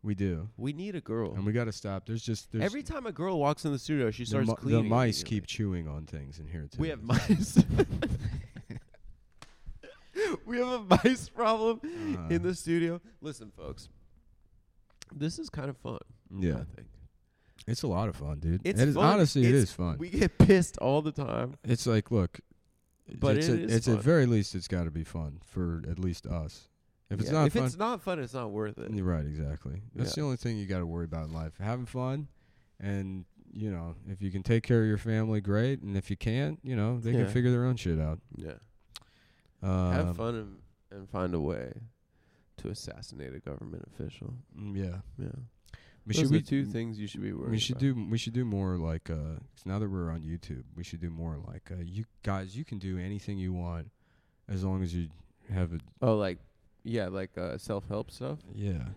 Speaker 1: We do,
Speaker 2: We need a girl.
Speaker 1: and we got to stop. There's just there's
Speaker 2: Every time a girl walks in the studio, she
Speaker 1: the
Speaker 2: starts
Speaker 1: mi- the,
Speaker 2: cleaning.
Speaker 1: mice
Speaker 2: immediately.
Speaker 1: keep chewing on things in here too.
Speaker 2: We have mice. we have a mice problem
Speaker 1: Uh-huh.
Speaker 2: in the studio. Listen, folks, this is kind of fun.
Speaker 1: yeah.
Speaker 2: I think
Speaker 1: It's a lot of fun, dude.
Speaker 2: it's
Speaker 1: It is-
Speaker 2: fun.
Speaker 1: honestly it
Speaker 2: It's-
Speaker 1: is fun.
Speaker 2: We get pissed all the time.
Speaker 1: It's like, look,
Speaker 2: But
Speaker 1: it's
Speaker 2: it
Speaker 1: at,
Speaker 2: is
Speaker 1: it's
Speaker 2: fun.
Speaker 1: at very least it's got to be fun for at least us. If it's
Speaker 2: Yeah,
Speaker 1: not
Speaker 2: if
Speaker 1: fun,
Speaker 2: it's not fun, it's not worth it.
Speaker 1: you're right, exactly. That's
Speaker 2: Yeah.
Speaker 1: the only thing you got to worry about in life: having fun, and you know, if you can take care of your family, great. And if you can't, you know, they
Speaker 2: Yeah.
Speaker 1: can figure their own shit out.
Speaker 2: Yeah,
Speaker 1: Um,
Speaker 2: have fun and, and find a way to assassinate a government official.
Speaker 1: mm, Yeah,
Speaker 2: Yeah,
Speaker 1: we
Speaker 2: Those
Speaker 1: should
Speaker 2: are
Speaker 1: we
Speaker 2: two things you should be worried.
Speaker 1: we should
Speaker 2: about.
Speaker 1: do we should do more like uh 'cause now that we're on YouTube, we should do more like uh, you guys. You can do anything you want as long as you have a
Speaker 2: Oh, like yeah, like uh, self help stuff.
Speaker 1: Yeah.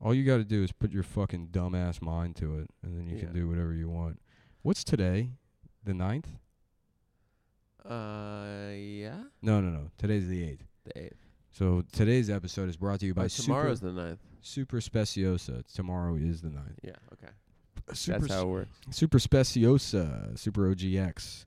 Speaker 1: All you got to do is put your fucking dumbass mind to it, and then you
Speaker 2: Yeah.
Speaker 1: can do whatever you want. What's today? The ninth?
Speaker 2: Uh, yeah.
Speaker 1: No, no, no. Today's the eighth.
Speaker 2: The eighth.
Speaker 1: So today's episode is brought to you by
Speaker 2: Oh,
Speaker 1: Super,
Speaker 2: tomorrow's the ninth.
Speaker 1: Super Speciosa. Tomorrow is the ninth.
Speaker 2: Yeah. Okay.
Speaker 1: Super,
Speaker 2: That's how it works.
Speaker 1: Super Speciosa. Super OGX.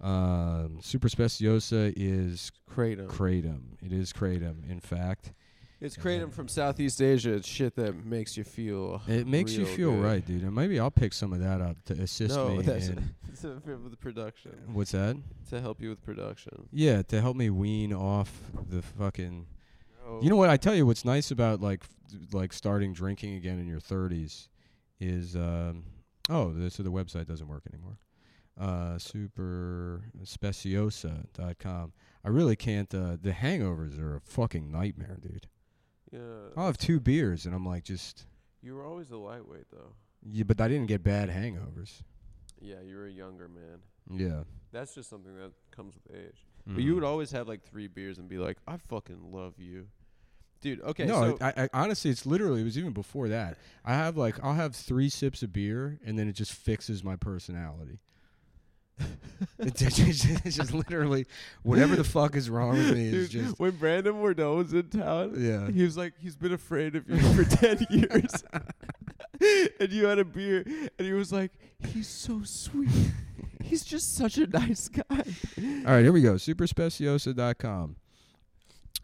Speaker 1: Um, Super Speciosa is
Speaker 2: Kratom.
Speaker 1: kratom. It is kratom, in fact.
Speaker 2: it's kratom from Southeast Asia. It's shit that makes you feel.
Speaker 1: It makes you
Speaker 2: real
Speaker 1: feel
Speaker 2: good.
Speaker 1: right, dude. And maybe I'll pick some of that up to assist
Speaker 2: no,
Speaker 1: me.
Speaker 2: that's
Speaker 1: in,
Speaker 2: it's a, for the production
Speaker 1: what's that?
Speaker 2: to help you with production.
Speaker 1: Yeah, to help me wean off the fucking. You know what? I tell you what's nice about like f- like starting drinking again in your 30s is um oh, the, so the website doesn't work anymore. Uh superspeciosa.com. I really can't uh the hangovers are a fucking nightmare, dude.
Speaker 2: Yeah.
Speaker 1: I'll have two beers and I'm like just
Speaker 2: You were always a lightweight though.
Speaker 1: yeah, but I didn't get bad hangovers.
Speaker 2: Yeah, you were a younger man.
Speaker 1: Yeah.
Speaker 2: That's just something that comes with age. But
Speaker 1: Mm-hmm.
Speaker 2: you would always have like three beers and be like, "I fucking love you, dude." Okay.
Speaker 1: no,
Speaker 2: so
Speaker 1: I, I, honestly, it's literally it was even before that. I have like I'll have three sips of beer, and then it just fixes my personality. it just, it's just- it's just literally whatever the fuck is wrong with me is
Speaker 2: Dude,
Speaker 1: just
Speaker 2: when Brandon Mordeaux was in town,
Speaker 1: Yeah.
Speaker 2: he was like, he's been afraid of you for ten years, and you had a beer, and he was like, he's so sweet, he's just such a nice guy.
Speaker 1: all right. Here we go. Superspeciosa.com.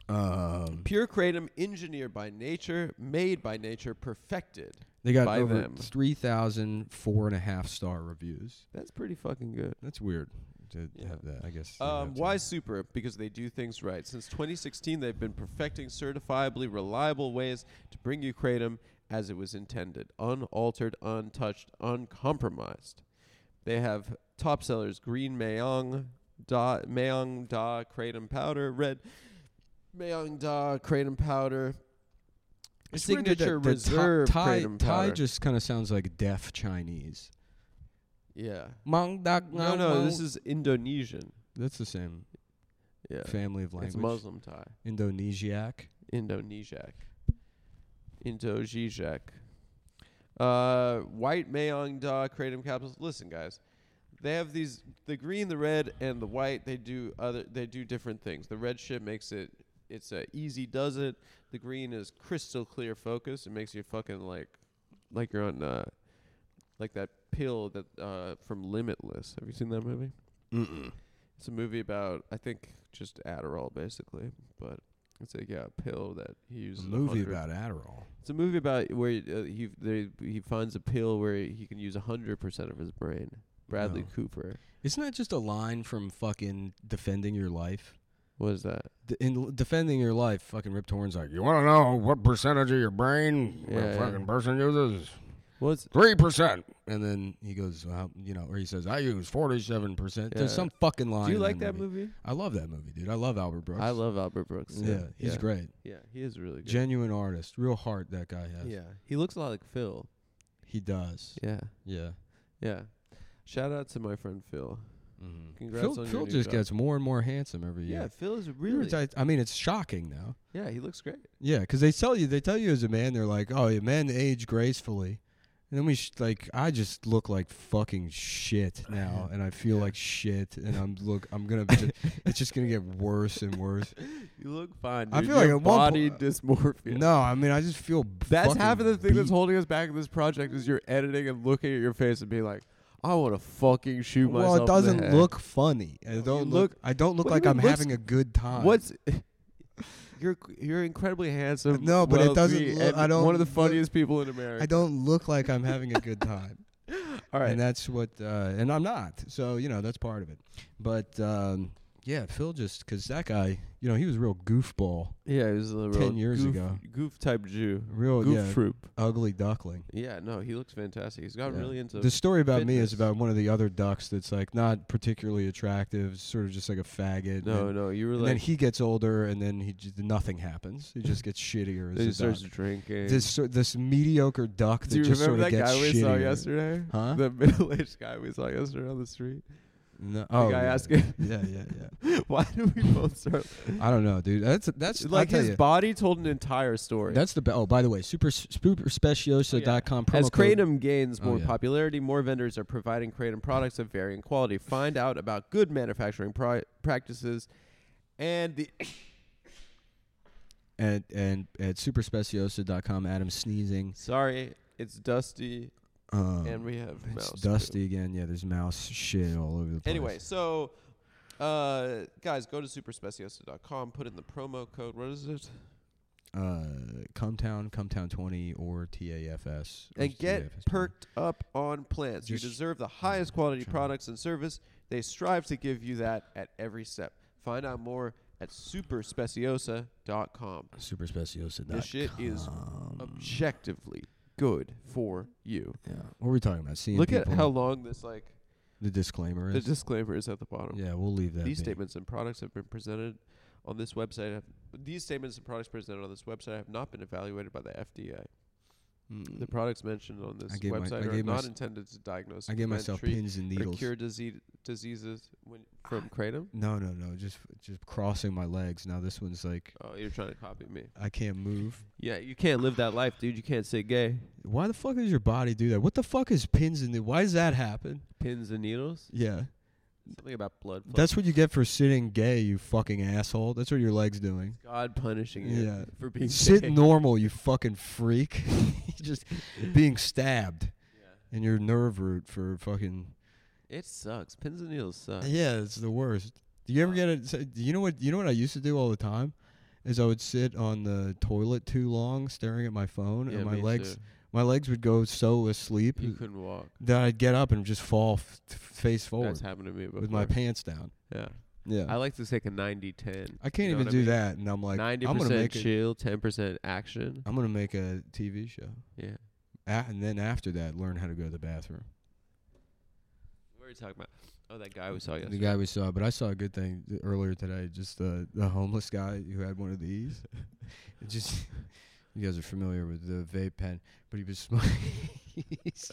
Speaker 1: Um,
Speaker 2: Pure kratom, engineered by nature, made by nature, perfected.
Speaker 1: they got
Speaker 2: Buy
Speaker 1: over
Speaker 2: them.
Speaker 1: three thousand four and a half star reviews.
Speaker 2: That's pretty fucking good.
Speaker 1: That's weird to
Speaker 2: Yeah.
Speaker 1: have that. I guess. they
Speaker 2: Um,
Speaker 1: have to-
Speaker 2: why super? Because they do things right. Since 2016, they've been perfecting certifiably reliable ways to bring you kratom as it was intended, unaltered, untouched, uncompromised. They have top sellers: green Mayong Da Mayong Da kratom powder, red Mayong Da kratom powder,
Speaker 1: It's weird that the- the
Speaker 2: signature
Speaker 1: Thai-
Speaker 2: reserve
Speaker 1: Thai,
Speaker 2: kratom
Speaker 1: Thai
Speaker 2: powder.
Speaker 1: just kind of sounds like deaf Chinese.
Speaker 2: yeah.
Speaker 1: Mong dak
Speaker 2: No, no,
Speaker 1: ngam
Speaker 2: this
Speaker 1: mong.
Speaker 2: is Indonesian.
Speaker 1: That's the same
Speaker 2: Yeah,
Speaker 1: family of language.
Speaker 2: it's Muslim Thai.
Speaker 1: Indonesiac.
Speaker 2: Indonesiac. Indonesiac. Uh, white Mayong Da Kratom capsules. Listen, guys, they have these the green, the red, and the white. They do other. They do different things. The red shit makes it. it's a easy does it. The green is crystal clear focus. It makes you fucking like like you're on uh like that pill that uh from Limitless. Have you seen that movie?
Speaker 1: Mm-mm.
Speaker 2: It's a movie about I think just Adderall basically, but it's like yeah, a pill that he uses.
Speaker 1: A
Speaker 2: a
Speaker 1: movie
Speaker 2: hundred-
Speaker 1: about Adderall.
Speaker 2: It's a movie about where uh, he they, he finds a pill where he can use hundred percent of his brain. Bradley
Speaker 1: No.
Speaker 2: Cooper.
Speaker 1: Isn't that just a line from fucking defending your life?
Speaker 2: What is that?
Speaker 1: D- in L- defending your life, fucking Rip Torn's like, you want to know what percentage of your brain
Speaker 2: Yeah,
Speaker 1: a
Speaker 2: yeah.
Speaker 1: fucking person uses?
Speaker 2: What's
Speaker 1: Three percent. And then he goes, well, you know, or he says, I use forty-seven percent. There's
Speaker 2: Yeah.
Speaker 1: some fucking line.
Speaker 2: do you
Speaker 1: in
Speaker 2: like that movie?
Speaker 1: I love that movie, dude. I love Albert Brooks.
Speaker 2: I love Albert Brooks.
Speaker 1: Yeah, he's
Speaker 2: yeah.
Speaker 1: great.
Speaker 2: Yeah, he is really good.
Speaker 1: Genuine artist, real heart that guy has.
Speaker 2: Yeah, he looks a lot like Phil.
Speaker 1: He does.
Speaker 2: Yeah,
Speaker 1: Yeah.
Speaker 2: yeah. Shout out to my friend Phil.
Speaker 1: Mhm.
Speaker 2: Congrats
Speaker 1: Phil,
Speaker 2: on your
Speaker 1: Phil
Speaker 2: new
Speaker 1: just
Speaker 2: job.
Speaker 1: gets more and more handsome every
Speaker 2: Yeah,
Speaker 1: year.
Speaker 2: Phil is
Speaker 1: You were
Speaker 2: really.
Speaker 1: ti- I mean, it's shocking now.
Speaker 2: Yeah, he looks great.
Speaker 1: Yeah, because they tell you, they tell you as a man, they're like, oh, yeah, men age gracefully. And then we, sh- like, I just look like fucking shit now, and I feel like shit, and I'm, look, I'm gonna, just, it's just gonna get worse and worse.
Speaker 2: You look fine.
Speaker 1: I
Speaker 2: dude.
Speaker 1: feel like
Speaker 2: Your
Speaker 1: at one
Speaker 2: body
Speaker 1: po-
Speaker 2: dysmorphia.
Speaker 1: No, I mean, I just feel.
Speaker 2: that's
Speaker 1: fucking
Speaker 2: half of the thing that's
Speaker 1: beat.
Speaker 2: holding us back in this project is you're editing and looking at your face and being like, I want to fucking shoot myself.
Speaker 1: Well,
Speaker 2: in
Speaker 1: it
Speaker 2: the
Speaker 1: doesn't
Speaker 2: head."
Speaker 1: look funny. I
Speaker 2: you
Speaker 1: don't
Speaker 2: look-
Speaker 1: look. I don't look
Speaker 2: what
Speaker 1: like
Speaker 2: do you
Speaker 1: I'm
Speaker 2: mean looks-
Speaker 1: having a good time.
Speaker 2: What's you're you're incredibly handsome.
Speaker 1: No, but it
Speaker 2: wealthy,
Speaker 1: doesn't look-
Speaker 2: and
Speaker 1: I don't
Speaker 2: One of the
Speaker 1: look-
Speaker 2: funniest people in America.
Speaker 1: I don't look like I'm having a good time.
Speaker 2: All right.
Speaker 1: and that's what uh, and i'm not so you know that's part of it but um, yeah phil just because that guy you know he was a real goofball
Speaker 2: yeah, it was a real
Speaker 1: 10 years
Speaker 2: goof,
Speaker 1: ago.
Speaker 2: Goof type Jew.
Speaker 1: real
Speaker 2: goof
Speaker 1: yeah,
Speaker 2: troop.
Speaker 1: ugly duckling
Speaker 2: Yeah, no, he looks fantastic. He's got
Speaker 1: Yeah.
Speaker 2: really into
Speaker 1: the story about me is
Speaker 2: fitness.
Speaker 1: about one of the other ducks that's like not particularly attractive sort of just like a faggot
Speaker 2: No,
Speaker 1: and,
Speaker 2: no, you were
Speaker 1: and
Speaker 2: like
Speaker 1: then he gets older and then he just, nothing happens he just gets shittier
Speaker 2: then he
Speaker 1: as a duck.
Speaker 2: starts drinking.
Speaker 1: this sor- this mediocre duck that
Speaker 2: Do you
Speaker 1: just
Speaker 2: remember
Speaker 1: sort of
Speaker 2: that
Speaker 1: gets
Speaker 2: guy we
Speaker 1: shittier.
Speaker 2: saw yesterday?
Speaker 1: Huh?
Speaker 2: The middle-aged guy we saw yesterday on the street.
Speaker 1: No, oh,
Speaker 2: guy
Speaker 1: yeah.
Speaker 2: asking-
Speaker 1: yeah yeah yeah
Speaker 2: Why do we both start?
Speaker 1: i don't know dude that's that's I'll
Speaker 2: like
Speaker 1: tell
Speaker 2: his
Speaker 1: you.
Speaker 2: body told an entire story.
Speaker 1: That's the be- oh, by the way, super
Speaker 2: Oh,
Speaker 1: superspeciosa.com promo
Speaker 2: As
Speaker 1: code.
Speaker 2: Kratom gains
Speaker 1: Oh,
Speaker 2: more
Speaker 1: yeah.
Speaker 2: popularity, more vendors are providing Kratom products of varying quality. Find out about good manufacturing pri- practices and the
Speaker 1: and and at superspeciosa.com. Adam's sneezing.
Speaker 2: Sorry, it's dusty
Speaker 1: Um,
Speaker 2: and we have
Speaker 1: it's
Speaker 2: mouse poo.
Speaker 1: dusty again. Yeah, there's mouse shit all over the place.
Speaker 2: Anyway, so uh, guys, go to superspeciosa.com, put in the promo code. What is it?
Speaker 1: uh, Cumtown, Cumtown twenty, or TAFS, or
Speaker 2: and get
Speaker 1: TAFS.
Speaker 2: perked up on plans. You
Speaker 1: Just-
Speaker 2: deserve the highest quality
Speaker 1: Try.
Speaker 2: products and service. They strive to give you that at every step. Find out more at superspeciosa.com.
Speaker 1: superspeciosa.com.
Speaker 2: This shit is objectively good for you.
Speaker 1: Yeah. What were we talking about? Seeing
Speaker 2: Look at
Speaker 1: people-
Speaker 2: how long this like
Speaker 1: the disclaimer
Speaker 2: the
Speaker 1: is.
Speaker 2: disclaimer is at the bottom.
Speaker 1: yeah, we'll leave that.
Speaker 2: These
Speaker 1: be.
Speaker 2: statements and products have been presented on this website. Have, these statements and products presented on this website have not been evaluated by the FDA.
Speaker 1: Mm.
Speaker 2: The products mentioned on this
Speaker 1: I gave my-
Speaker 2: website
Speaker 1: I
Speaker 2: are
Speaker 1: gave my
Speaker 2: not
Speaker 1: s-
Speaker 2: intended to diagnose,
Speaker 1: I gave
Speaker 2: prevent,
Speaker 1: myself
Speaker 2: treat,
Speaker 1: pins and
Speaker 2: or
Speaker 1: needles. Ah.
Speaker 2: cure disease, diseases when, from kratom.
Speaker 1: No, no, no. Just just crossing my legs. Now this one's like
Speaker 2: Oh, you're trying to copy me.
Speaker 1: I can't move.
Speaker 2: Yeah, you can't live that life, dude. You can't say gay.
Speaker 1: Why the fuck does your body do that? What the fuck is pins and why does that happen?
Speaker 2: Pins and needles.
Speaker 1: Yeah,
Speaker 2: Something about blood. flow.
Speaker 1: that's what you get for sitting gay, you fucking asshole. That's what your legs doing.
Speaker 2: God punishing you
Speaker 1: Yeah.
Speaker 2: for being
Speaker 1: Sit
Speaker 2: gay.
Speaker 1: normal, you fucking freak. You just being stabbed in your nerve root for fucking.
Speaker 2: It sucks. Pins and needles suck.
Speaker 1: Yeah, it's the worst. Do you ever get it? so- Do you know what? You know what I used to do all the time is I would sit on the toilet too long, staring at my phone,
Speaker 2: Yeah,
Speaker 1: and my
Speaker 2: me
Speaker 1: legs,
Speaker 2: too.
Speaker 1: my legs would go so asleep
Speaker 2: You couldn't walk.
Speaker 1: that I'd get up and just fall f- face forward
Speaker 2: That's happened to me before.
Speaker 1: with my pants down.
Speaker 2: yeah.
Speaker 1: Yeah.
Speaker 2: I like to take a 90-10.
Speaker 1: I can't
Speaker 2: You know
Speaker 1: even
Speaker 2: what I
Speaker 1: do
Speaker 2: mean?
Speaker 1: that, and I'm like, I'm
Speaker 2: 90%
Speaker 1: gonna make a,
Speaker 2: chill, 10% action.
Speaker 1: I'm gonna make a TV show,
Speaker 2: Yeah.
Speaker 1: a- and then after that, learn how to go to the bathroom.
Speaker 2: What were you talking about? Oh, that guy we saw
Speaker 1: The
Speaker 2: yesterday.
Speaker 1: guy we saw, but I saw a good thing th- earlier today. Just the the homeless guy who had one of these. It just you guys are familiar with the vape pen, but he was smoking. he's-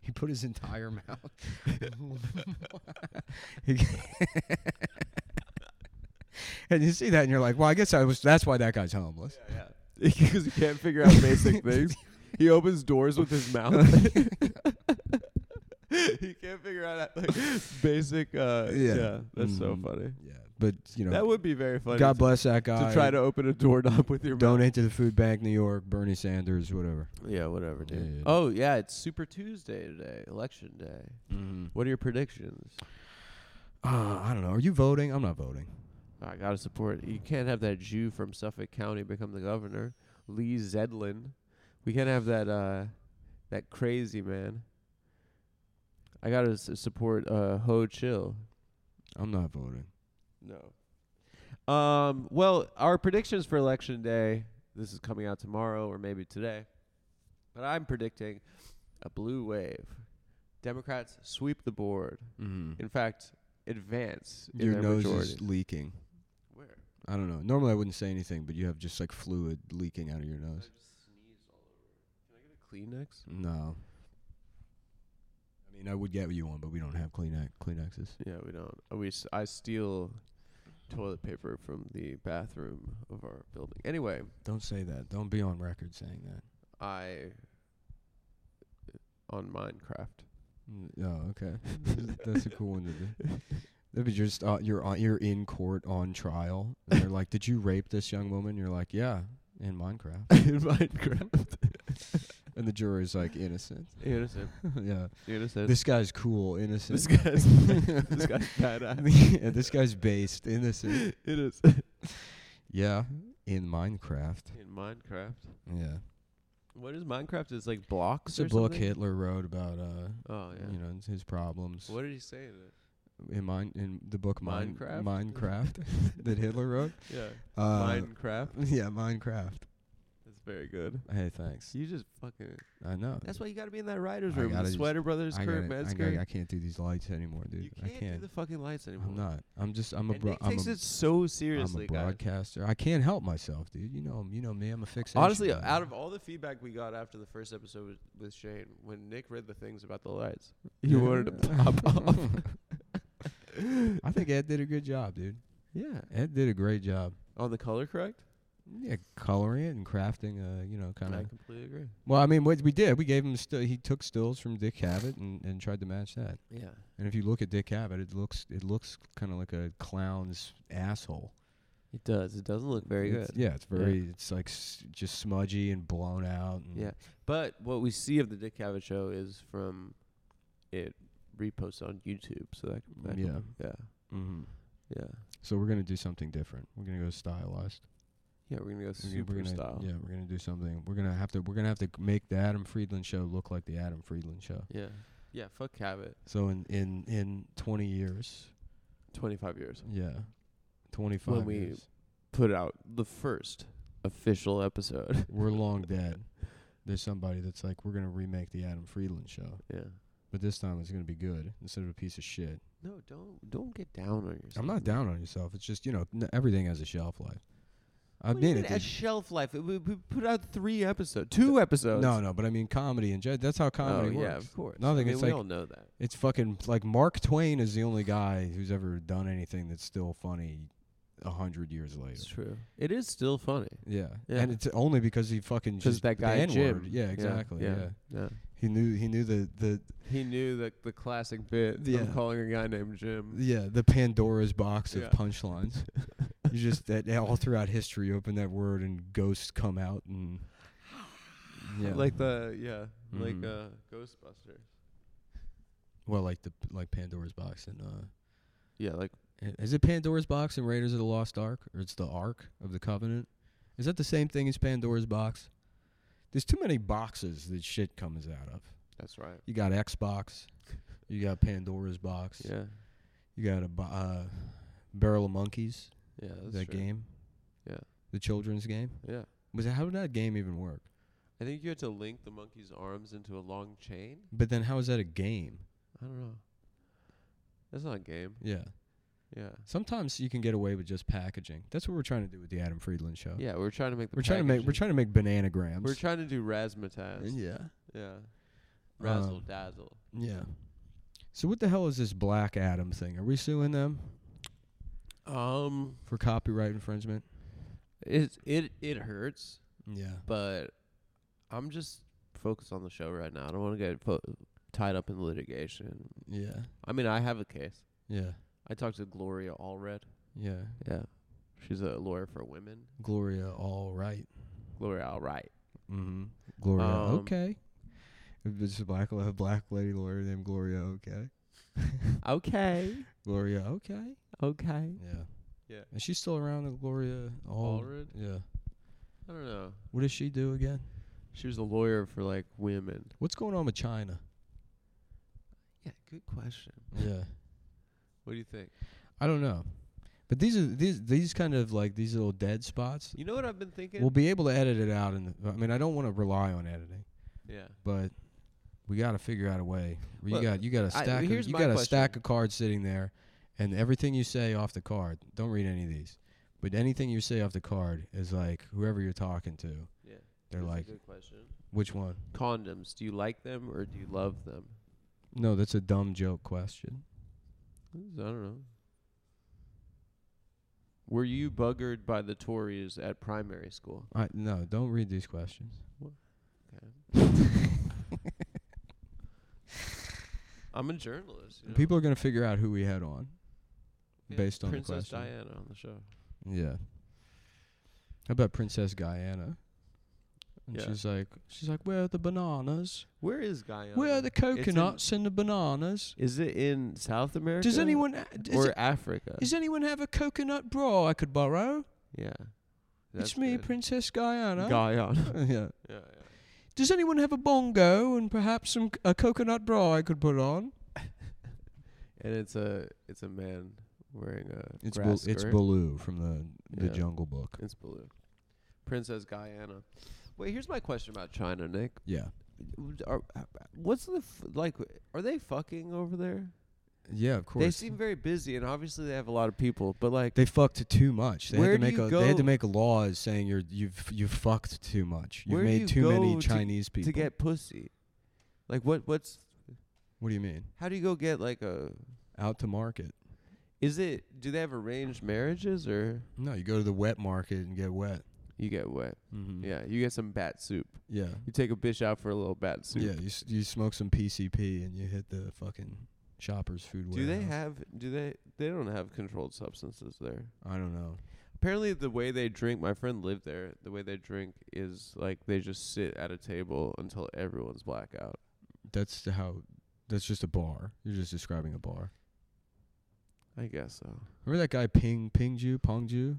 Speaker 1: he put his entire mouth. He g- and you see that, and you're like, "Well, I guess I was. That's why that guy's homeless."
Speaker 2: Yeah, because he can't figure out basic things. He opens doors with his mouth. he can't figure out like basic. Uh, yeah.
Speaker 1: Yeah.
Speaker 2: Uh, that's so
Speaker 1: Mhm.
Speaker 2: funny.
Speaker 1: Yeah, but you know,
Speaker 2: that would be very funny.
Speaker 1: God
Speaker 2: to-
Speaker 1: bless that
Speaker 2: to,
Speaker 1: guy.
Speaker 2: try to open a doorknob with your mouth.
Speaker 1: donate to the food bank, New York, Bernie Sanders, whatever.
Speaker 2: Yeah, whatever, dude.
Speaker 1: Yeah, yeah.
Speaker 2: Oh yeah, it's Super Tuesday today, election day.
Speaker 1: Mm-hmm.
Speaker 2: What are your predictions?
Speaker 1: Uh, I don't know. Are you voting? I'm not voting.
Speaker 2: I gotta support. You can't have that Jew from Suffolk County become the governor, Lee Zedlin. We can't have that uh, that crazy man. I gotta s- support uh, Ho Chill.
Speaker 1: I'm not voting.
Speaker 2: No. Um. Well, our predictions for election day. This is coming out tomorrow or maybe today, but I'm predicting a blue wave. Democrats sweep the board.
Speaker 1: Mm-hmm.
Speaker 2: In fact, advance in
Speaker 1: Your
Speaker 2: their
Speaker 1: nose
Speaker 2: majority.
Speaker 1: is leaking.
Speaker 2: Where?
Speaker 1: I don't know. Normally I wouldn't say anything, but you have just like fluid leaking out of your nose.
Speaker 2: Kleenex.
Speaker 1: No. I mean, I would get what you want, but we don't have Kleenex, Kleenexes.
Speaker 2: Yeah, we don't. Uh, We s- I steal toilet paper from the bathroom of our building. Anyway,
Speaker 1: Don't say that. Don't be on record saying that.
Speaker 2: I uh, on Minecraft.
Speaker 1: Mm, Oh, okay. That's- That's a cool one to do. That'd be just uh, you're on, you're in court on trial, and they're like, "Did you rape this young woman?" You're like, "Yeah, in Minecraft,"
Speaker 2: in Minecraft.
Speaker 1: and the jury's like, "Innocent."
Speaker 2: Innocent.
Speaker 1: yeah,
Speaker 2: Innocent.
Speaker 1: this guy's cool, innocent.
Speaker 2: This guy's this guy's badass.
Speaker 1: Yeah, this guy's based, innocent.
Speaker 2: it is
Speaker 1: Yeah, in Minecraft.
Speaker 2: in Minecraft.
Speaker 1: Yeah,
Speaker 2: What is Minecraft? Is like
Speaker 1: it's
Speaker 2: blocks
Speaker 1: a
Speaker 2: or
Speaker 1: book
Speaker 2: something?
Speaker 1: Hitler wrote about uh,
Speaker 2: Oh yeah.
Speaker 1: you know, his problems.
Speaker 2: What did he say in it?
Speaker 1: in mine in the book Min-
Speaker 2: Minecraft?
Speaker 1: Minecraft that Hitler wrote.
Speaker 2: Yeah.
Speaker 1: Uh,
Speaker 2: Minecraft.
Speaker 1: Yeah, Minecraft.
Speaker 2: That's very good.
Speaker 1: Hey, thanks.
Speaker 2: You just fucking.
Speaker 1: I know.
Speaker 2: That's why you got to be in that writer's
Speaker 1: I
Speaker 2: room.
Speaker 1: gotta
Speaker 2: The
Speaker 1: just-
Speaker 2: Sweater Brothers,
Speaker 1: I,
Speaker 2: Kurt
Speaker 1: gotta- I,
Speaker 2: Metzger.
Speaker 1: gotta- I can't do these lights anymore, dude.
Speaker 2: you can't,
Speaker 1: I can't.
Speaker 2: do the fucking lights anymore.
Speaker 1: I'm not. I'm just. I'm a.
Speaker 2: And
Speaker 1: Bro-
Speaker 2: Nick
Speaker 1: I'm
Speaker 2: takes
Speaker 1: a,
Speaker 2: it so
Speaker 1: I'm
Speaker 2: seriously,
Speaker 1: a
Speaker 2: guys.
Speaker 1: broadcaster. I can't help myself, dude. You know. You know me. I'm a fixation.
Speaker 2: Honestly,
Speaker 1: on
Speaker 2: out
Speaker 1: it.
Speaker 2: of all the feedback we got after the first episode with, with Shane, when Nick read the things about the lights, you wanted to pop off.
Speaker 1: I think Ed did a good job, dude.
Speaker 2: Yeah.
Speaker 1: Ed did a great job.
Speaker 2: On the color correct?
Speaker 1: Yeah, coloring it and crafting a, you know, kind
Speaker 2: I
Speaker 1: of.
Speaker 2: completely agree.
Speaker 1: Well, I mean, what we did, we gave him. St- he took stills from Dick Cavett and, and tried to match that.
Speaker 2: Yeah.
Speaker 1: And if you look at Dick Cavett, it looks it looks kind of like a clown's asshole.
Speaker 2: It does. It doesn't look very
Speaker 1: It's-
Speaker 2: good.
Speaker 1: Yeah, it's very. It's like s- just smudgy and blown out. And
Speaker 2: Yeah. But what we see of the Dick Cavett show is from it reposted on YouTube. So that, that
Speaker 1: Yeah.
Speaker 2: Yeah.
Speaker 1: hmm
Speaker 2: Yeah.
Speaker 1: So we're gonna do something different. We're gonna go stylized.
Speaker 2: Yeah, we're gonna go
Speaker 1: We're gonna-
Speaker 2: super
Speaker 1: we're gonna,
Speaker 2: style.
Speaker 1: Yeah, we're gonna do something. We're gonna have to. We're gonna have to make the Adam Friedland show look like the Adam Friedland show.
Speaker 2: Yeah. Yeah, fuck Cabot.
Speaker 1: So in in in 20 years,
Speaker 2: 25 years.
Speaker 1: yeah, 25
Speaker 2: we-
Speaker 1: years,
Speaker 2: Put out the first official episode.
Speaker 1: we're long dead. There's somebody that's like, we're gonna remake the Adam Friedland show,
Speaker 2: yeah.
Speaker 1: but this time it's gonna be good instead of a piece of shit.
Speaker 2: No, don't don't get down on yourself.
Speaker 1: I'm not down on yourself. It's just you know n- everything has a shelf life. I
Speaker 2: What do you
Speaker 1: mean
Speaker 2: mean
Speaker 1: it.
Speaker 2: a
Speaker 1: dude.
Speaker 2: shelf life. We, we put out three episodes, two episodes.
Speaker 1: No, no, but I mean comedy and that's how comedy
Speaker 2: oh,
Speaker 1: works.
Speaker 2: yeah, of course.
Speaker 1: Nothing.
Speaker 2: I mean,
Speaker 1: it's
Speaker 2: we
Speaker 1: like
Speaker 2: all know that.
Speaker 1: it's fucking like Mark Twain is the only guy who's ever done anything that's still funny a hundred years later.
Speaker 2: It's true. It is still funny.
Speaker 1: Yeah.
Speaker 2: Yeah.
Speaker 1: and it's only because he fucking
Speaker 2: Because
Speaker 1: just
Speaker 2: that
Speaker 1: the
Speaker 2: guy
Speaker 1: N-word.
Speaker 2: Jim.
Speaker 1: Yeah, exactly. Yeah,
Speaker 2: Yeah. yeah.
Speaker 1: he knew he knew the the
Speaker 2: He knew the the classic bit
Speaker 1: Yeah.
Speaker 2: of calling a guy named Jim.
Speaker 1: yeah the Pandora's box
Speaker 2: Yeah.
Speaker 1: of punchlines. you just that all throughout history, you open that word and ghosts come out and yeah,
Speaker 2: Like the yeah,
Speaker 1: Mhm.
Speaker 2: like uh, Ghostbusters.
Speaker 1: well, like the like Pandora's box and uh.
Speaker 2: Yeah, like
Speaker 1: I- Is it Pandora's box and Raiders of the Lost Ark, or it's the Ark of the Covenant? Is that the same thing as Pandora's box? There's too many boxes that shit comes out of.
Speaker 2: that's right.
Speaker 1: You got Xbox, you got Pandora's box,
Speaker 2: Yeah,
Speaker 1: you got a bo- uh, Barrel of Monkeys,
Speaker 2: yeah. That's
Speaker 1: that
Speaker 2: true.
Speaker 1: game,
Speaker 2: Yeah.
Speaker 1: the children's game.
Speaker 2: Yeah.
Speaker 1: Was it, how did that game even work?
Speaker 2: I think you had to link the monkey's arms into a long chain.
Speaker 1: But then how is that a game?
Speaker 2: I don't know. That's not a game.
Speaker 1: Yeah,
Speaker 2: Yeah.
Speaker 1: sometimes you can get away with just packaging. That's what we're trying to do with the Adam Friedland show.
Speaker 2: Yeah, we're trying to make the
Speaker 1: we're trying to make we're trying
Speaker 2: packaging-
Speaker 1: to make bananagrams.
Speaker 2: we're trying to do razzmatazz.
Speaker 1: yeah.
Speaker 2: Yeah. Razzle
Speaker 1: Um,
Speaker 2: dazzle.
Speaker 1: Yeah. So what the hell is this Black Adam thing? Are we suing them
Speaker 2: Um
Speaker 1: for copyright infringement?
Speaker 2: it it it hurts,
Speaker 1: Yeah.
Speaker 2: but I'm just focused on the show right now. I don't want to get fo- tied up in litigation.
Speaker 1: Yeah.
Speaker 2: I mean, I have a case.
Speaker 1: Yeah.
Speaker 2: I talked to Gloria Allred.
Speaker 1: Yeah.
Speaker 2: Yeah. She's a lawyer for women.
Speaker 1: Gloria, all right.
Speaker 2: Gloria, all right.
Speaker 1: Mm-hmm. Gloria,
Speaker 2: Um,
Speaker 1: okay. It was a black, a black lady lawyer named Gloria, okay.
Speaker 2: Okay.
Speaker 1: Gloria, okay.
Speaker 2: Okay.
Speaker 1: Yeah.
Speaker 2: Yeah.
Speaker 1: And she's still around, the Gloria all
Speaker 2: Allred?
Speaker 1: Yeah.
Speaker 2: I don't know.
Speaker 1: What does she do again?
Speaker 2: She was a lawyer for like women.
Speaker 1: What's going on with China?
Speaker 2: Yeah, good question.
Speaker 1: Yeah.
Speaker 2: What do you think?
Speaker 1: I don't know. But these are these these kind of like these little dead spots.
Speaker 2: You know what I've been thinking?
Speaker 1: We'll be able to edit it out. And I mean, I don't want to rely on editing,
Speaker 2: yeah.
Speaker 1: but we got to figure out a way. where
Speaker 2: Well,
Speaker 1: you got you got a
Speaker 2: I-
Speaker 1: stack.
Speaker 2: here's
Speaker 1: of, you
Speaker 2: my
Speaker 1: got a
Speaker 2: question.
Speaker 1: stack of cards sitting there, and everything you say off the card. Don't read any of these, but anything you say off the card is like whoever you're talking to.
Speaker 2: Yeah.
Speaker 1: They're like,
Speaker 2: good question.
Speaker 1: which one?
Speaker 2: Condoms. Do you like them or do you love them?
Speaker 1: No, that's a dumb joke question.
Speaker 2: I don't know. Were you buggered by the Tories at primary school?
Speaker 1: I no, don't read these questions.
Speaker 2: Okay. I'm a journalist. you know?
Speaker 1: People are gonna figure out who we had on.
Speaker 2: Yeah,
Speaker 1: based on the
Speaker 2: Princess
Speaker 1: question.
Speaker 2: Diana on the show.
Speaker 1: Yeah. How about Princess Guyana? And
Speaker 2: Yeah.
Speaker 1: she's like, she's like, where are the bananas?
Speaker 2: Where is Guyana?
Speaker 1: Where are the
Speaker 2: It's in-
Speaker 1: coconuts and the bananas?
Speaker 2: Is it in South America?
Speaker 1: Does anyone a-
Speaker 2: or
Speaker 1: does, it-
Speaker 2: Africa?
Speaker 1: does anyone have a coconut bra I could borrow?
Speaker 2: yeah.
Speaker 1: it's me, Princess Guyana.
Speaker 2: Guyana.
Speaker 1: yeah.
Speaker 2: yeah, yeah.
Speaker 1: Does anyone have a bongo and perhaps some c- a coconut bra I could put on?
Speaker 2: And it's a it's a man wearing a
Speaker 1: It's
Speaker 2: grass
Speaker 1: it's
Speaker 2: skirt.
Speaker 1: Baloo from the
Speaker 2: the
Speaker 1: the
Speaker 2: Yeah.
Speaker 1: Jungle Book.
Speaker 2: It's blue. Princess Guyana. Wait, here's my question about China, Nick.
Speaker 1: Yeah.
Speaker 2: Are, what's the f- like? Are they fucking over there?
Speaker 1: Yeah, of course.
Speaker 2: They seem very busy, and obviously they have a lot of people. But like,
Speaker 1: They fucked too much. They
Speaker 2: Where
Speaker 1: had to
Speaker 2: do
Speaker 1: make
Speaker 2: you
Speaker 1: a, they had to
Speaker 2: go-
Speaker 1: make laws saying you're you've you fucked too much. You've
Speaker 2: Where do
Speaker 1: made
Speaker 2: you
Speaker 1: too many
Speaker 2: go to-
Speaker 1: Chinese people.
Speaker 2: to get pussy. Like what? What's
Speaker 1: what do you mean?
Speaker 2: how do you go get like a?
Speaker 1: Out to market.
Speaker 2: Is it? Do they have arranged marriages or
Speaker 1: No, you go to the wet market and get wet.
Speaker 2: you get wet?
Speaker 1: Mm-hmm.
Speaker 2: Yeah, you get some bat soup.
Speaker 1: Yeah.
Speaker 2: You take a bitch out for a little bat soup.
Speaker 1: Yeah, you s- you smoke some PCP and you hit the fucking shoppers food
Speaker 2: Do they
Speaker 1: warehouse.
Speaker 2: have? Do they? They don't have controlled substances there.
Speaker 1: I don't know.
Speaker 2: Apparently, the way they drink, my friend lived there. The way they drink is like they just sit at a table until everyone's blackout.
Speaker 1: That's the how that's just a bar. You're just describing a bar.
Speaker 2: I guess so.
Speaker 1: Remember that guy Ping Pingju Pongju?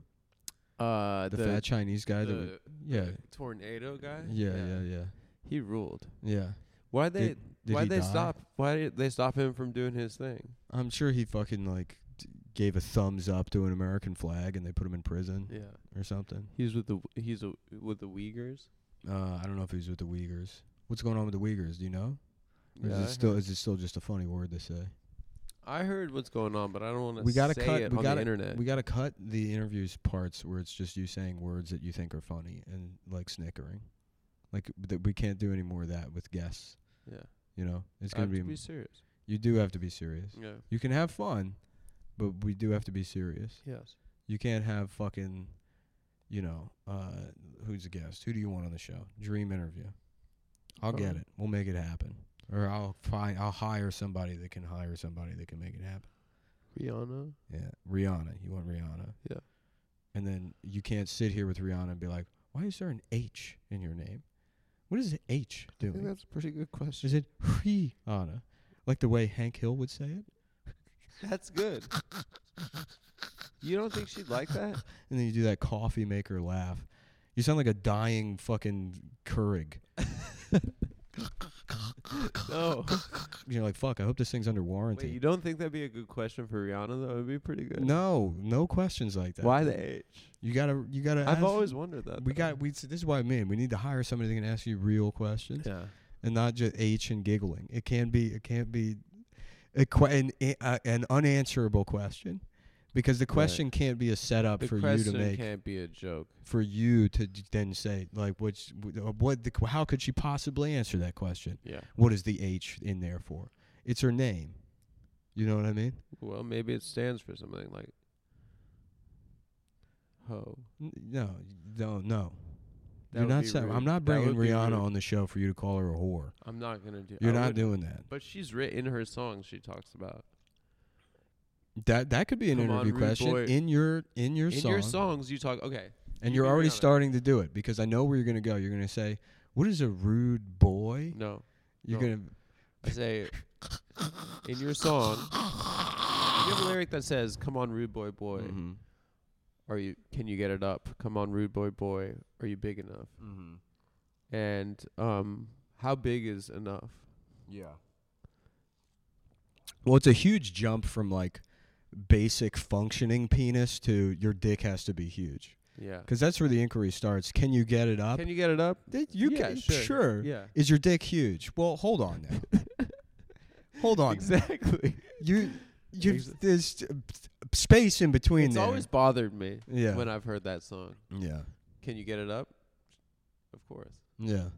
Speaker 2: Uh,
Speaker 1: The, fat Chinese guy that would,
Speaker 2: the
Speaker 1: yeah.
Speaker 2: tornado guy.
Speaker 1: yeah. Yeah, yeah, yeah.
Speaker 2: He ruled.
Speaker 1: Yeah.
Speaker 2: Why they?
Speaker 1: Did- Did
Speaker 2: why
Speaker 1: he
Speaker 2: they
Speaker 1: die?
Speaker 2: stop? Why did they stop him from doing his thing?
Speaker 1: I'm sure he fucking like d- gave a thumbs up to an American flag and they put him in prison
Speaker 2: Yeah,
Speaker 1: or something.
Speaker 2: he's with the he's a, with the Uyghurs.
Speaker 1: Uh, I don't know if he's with the Uyghurs. What's going on with the Uyghurs? Do you know? Or
Speaker 2: Yeah,
Speaker 1: is
Speaker 2: I
Speaker 1: it still
Speaker 2: heard-
Speaker 1: is it still just a funny word to say?
Speaker 2: I heard what's going on, but I don't want to.
Speaker 1: We gotta
Speaker 2: say
Speaker 1: cut-
Speaker 2: It
Speaker 1: we
Speaker 2: on
Speaker 1: gotta-
Speaker 2: the internet.
Speaker 1: We gotta cut the interviews parts where it's just you saying words that you think are funny and like snickering. Like that we can't do any more of that with guests.
Speaker 2: yeah,
Speaker 1: You know, it's
Speaker 2: I
Speaker 1: gonna
Speaker 2: have
Speaker 1: be,
Speaker 2: to be Mm. serious.
Speaker 1: you do have to be serious.
Speaker 2: Yeah.
Speaker 1: You can have fun, but we do have to be serious.
Speaker 2: Yes.
Speaker 1: You can't have fucking, you know, uh, who's a guest? Who do you want on the show? Dream interview. I'll get
Speaker 2: Oh.
Speaker 1: it. We'll make it happen. Or I'll find. I'll hire somebody that can hire somebody that can make it happen.
Speaker 2: Rihanna.
Speaker 1: Yeah, Rihanna. You want Rihanna?
Speaker 2: Yeah.
Speaker 1: And then you can't sit here with Rihanna and be like, "Why is there an H in your name? What is an H
Speaker 2: I think
Speaker 1: doing?
Speaker 2: that's a pretty good question.
Speaker 1: Is it Rihanna? Like the way Hank Hill would say it?
Speaker 2: That's good. You don't think she'd like that?
Speaker 1: And then you do that coffee maker laugh. You sound like a dying fucking Keurig.
Speaker 2: No.
Speaker 1: You're like, fuck, I hope this thing's under warranty.
Speaker 2: Wait, you don't think that'd be a good question for Rihanna though? It'd be pretty good.
Speaker 1: no, no questions like that.
Speaker 2: Why the H?
Speaker 1: You gotta, you gotta.
Speaker 2: I've
Speaker 1: ask-
Speaker 2: always wondered that.
Speaker 1: We
Speaker 2: though.
Speaker 1: got. We. This is why I mean. We need to hire somebody that can ask you real questions
Speaker 2: Yeah.
Speaker 1: and not just H and giggling. It can be. It can't be. A que- an, uh, an unanswerable question, because the question can't be a setup
Speaker 2: The
Speaker 1: for you to
Speaker 2: question
Speaker 1: make
Speaker 2: can't be a joke.
Speaker 1: for you to d- then say like what's uh, what the how could she possibly answer that question?
Speaker 2: Yeah.
Speaker 1: What is the H in there for? It's her name. You know what I mean?
Speaker 2: Well, maybe it stands for something like ho.
Speaker 1: N- No, no, no.
Speaker 2: That
Speaker 1: You're
Speaker 2: would
Speaker 1: not.
Speaker 2: be
Speaker 1: Saying,
Speaker 2: rude.
Speaker 1: I'm not
Speaker 2: That would
Speaker 1: bringing
Speaker 2: be
Speaker 1: Rihanna
Speaker 2: rude.
Speaker 1: on the show for you to call her a whore.
Speaker 2: I'm not gonna do.
Speaker 1: You're
Speaker 2: I
Speaker 1: not
Speaker 2: would-
Speaker 1: doing that.
Speaker 2: But she's written in her songs. She talks about
Speaker 1: That that could be an
Speaker 2: Come on,
Speaker 1: interview
Speaker 2: rude
Speaker 1: question
Speaker 2: boy.
Speaker 1: in your in your
Speaker 2: In
Speaker 1: song.
Speaker 2: your songs, you talk okay.
Speaker 1: and you're
Speaker 2: you can be
Speaker 1: already
Speaker 2: honest.
Speaker 1: starting to do it because I know where you're gonna go. You're gonna say, "What is a rude boy?"
Speaker 2: No,
Speaker 1: You're
Speaker 2: no.
Speaker 1: gonna
Speaker 2: I say in your song. You have a lyric that says, "Come on, rude boy, boy. Mm-hmm.
Speaker 1: Mhm.
Speaker 2: Are you? Can you get it up? Come on, rude boy, boy. Are you big enough? And um, how big is enough?
Speaker 1: Yeah. Well, it's a huge jump from like basic functioning penis to your dick has to be huge
Speaker 2: Yeah.
Speaker 1: because that's where the inquiry starts. Can you get it up?
Speaker 2: Can you get it up?
Speaker 1: Th- you
Speaker 2: Yeah,
Speaker 1: can
Speaker 2: sure.
Speaker 1: sure.
Speaker 2: Yeah.
Speaker 1: Is your dick huge? Well, hold on now. hold on.
Speaker 2: Exactly.
Speaker 1: You you
Speaker 2: Exa-
Speaker 1: there's uh, p- space in between
Speaker 2: it's
Speaker 1: there.
Speaker 2: always bothered me
Speaker 1: yeah.
Speaker 2: when I've heard that song.
Speaker 1: yeah.
Speaker 2: Can you get it up? Of course.
Speaker 1: Yeah.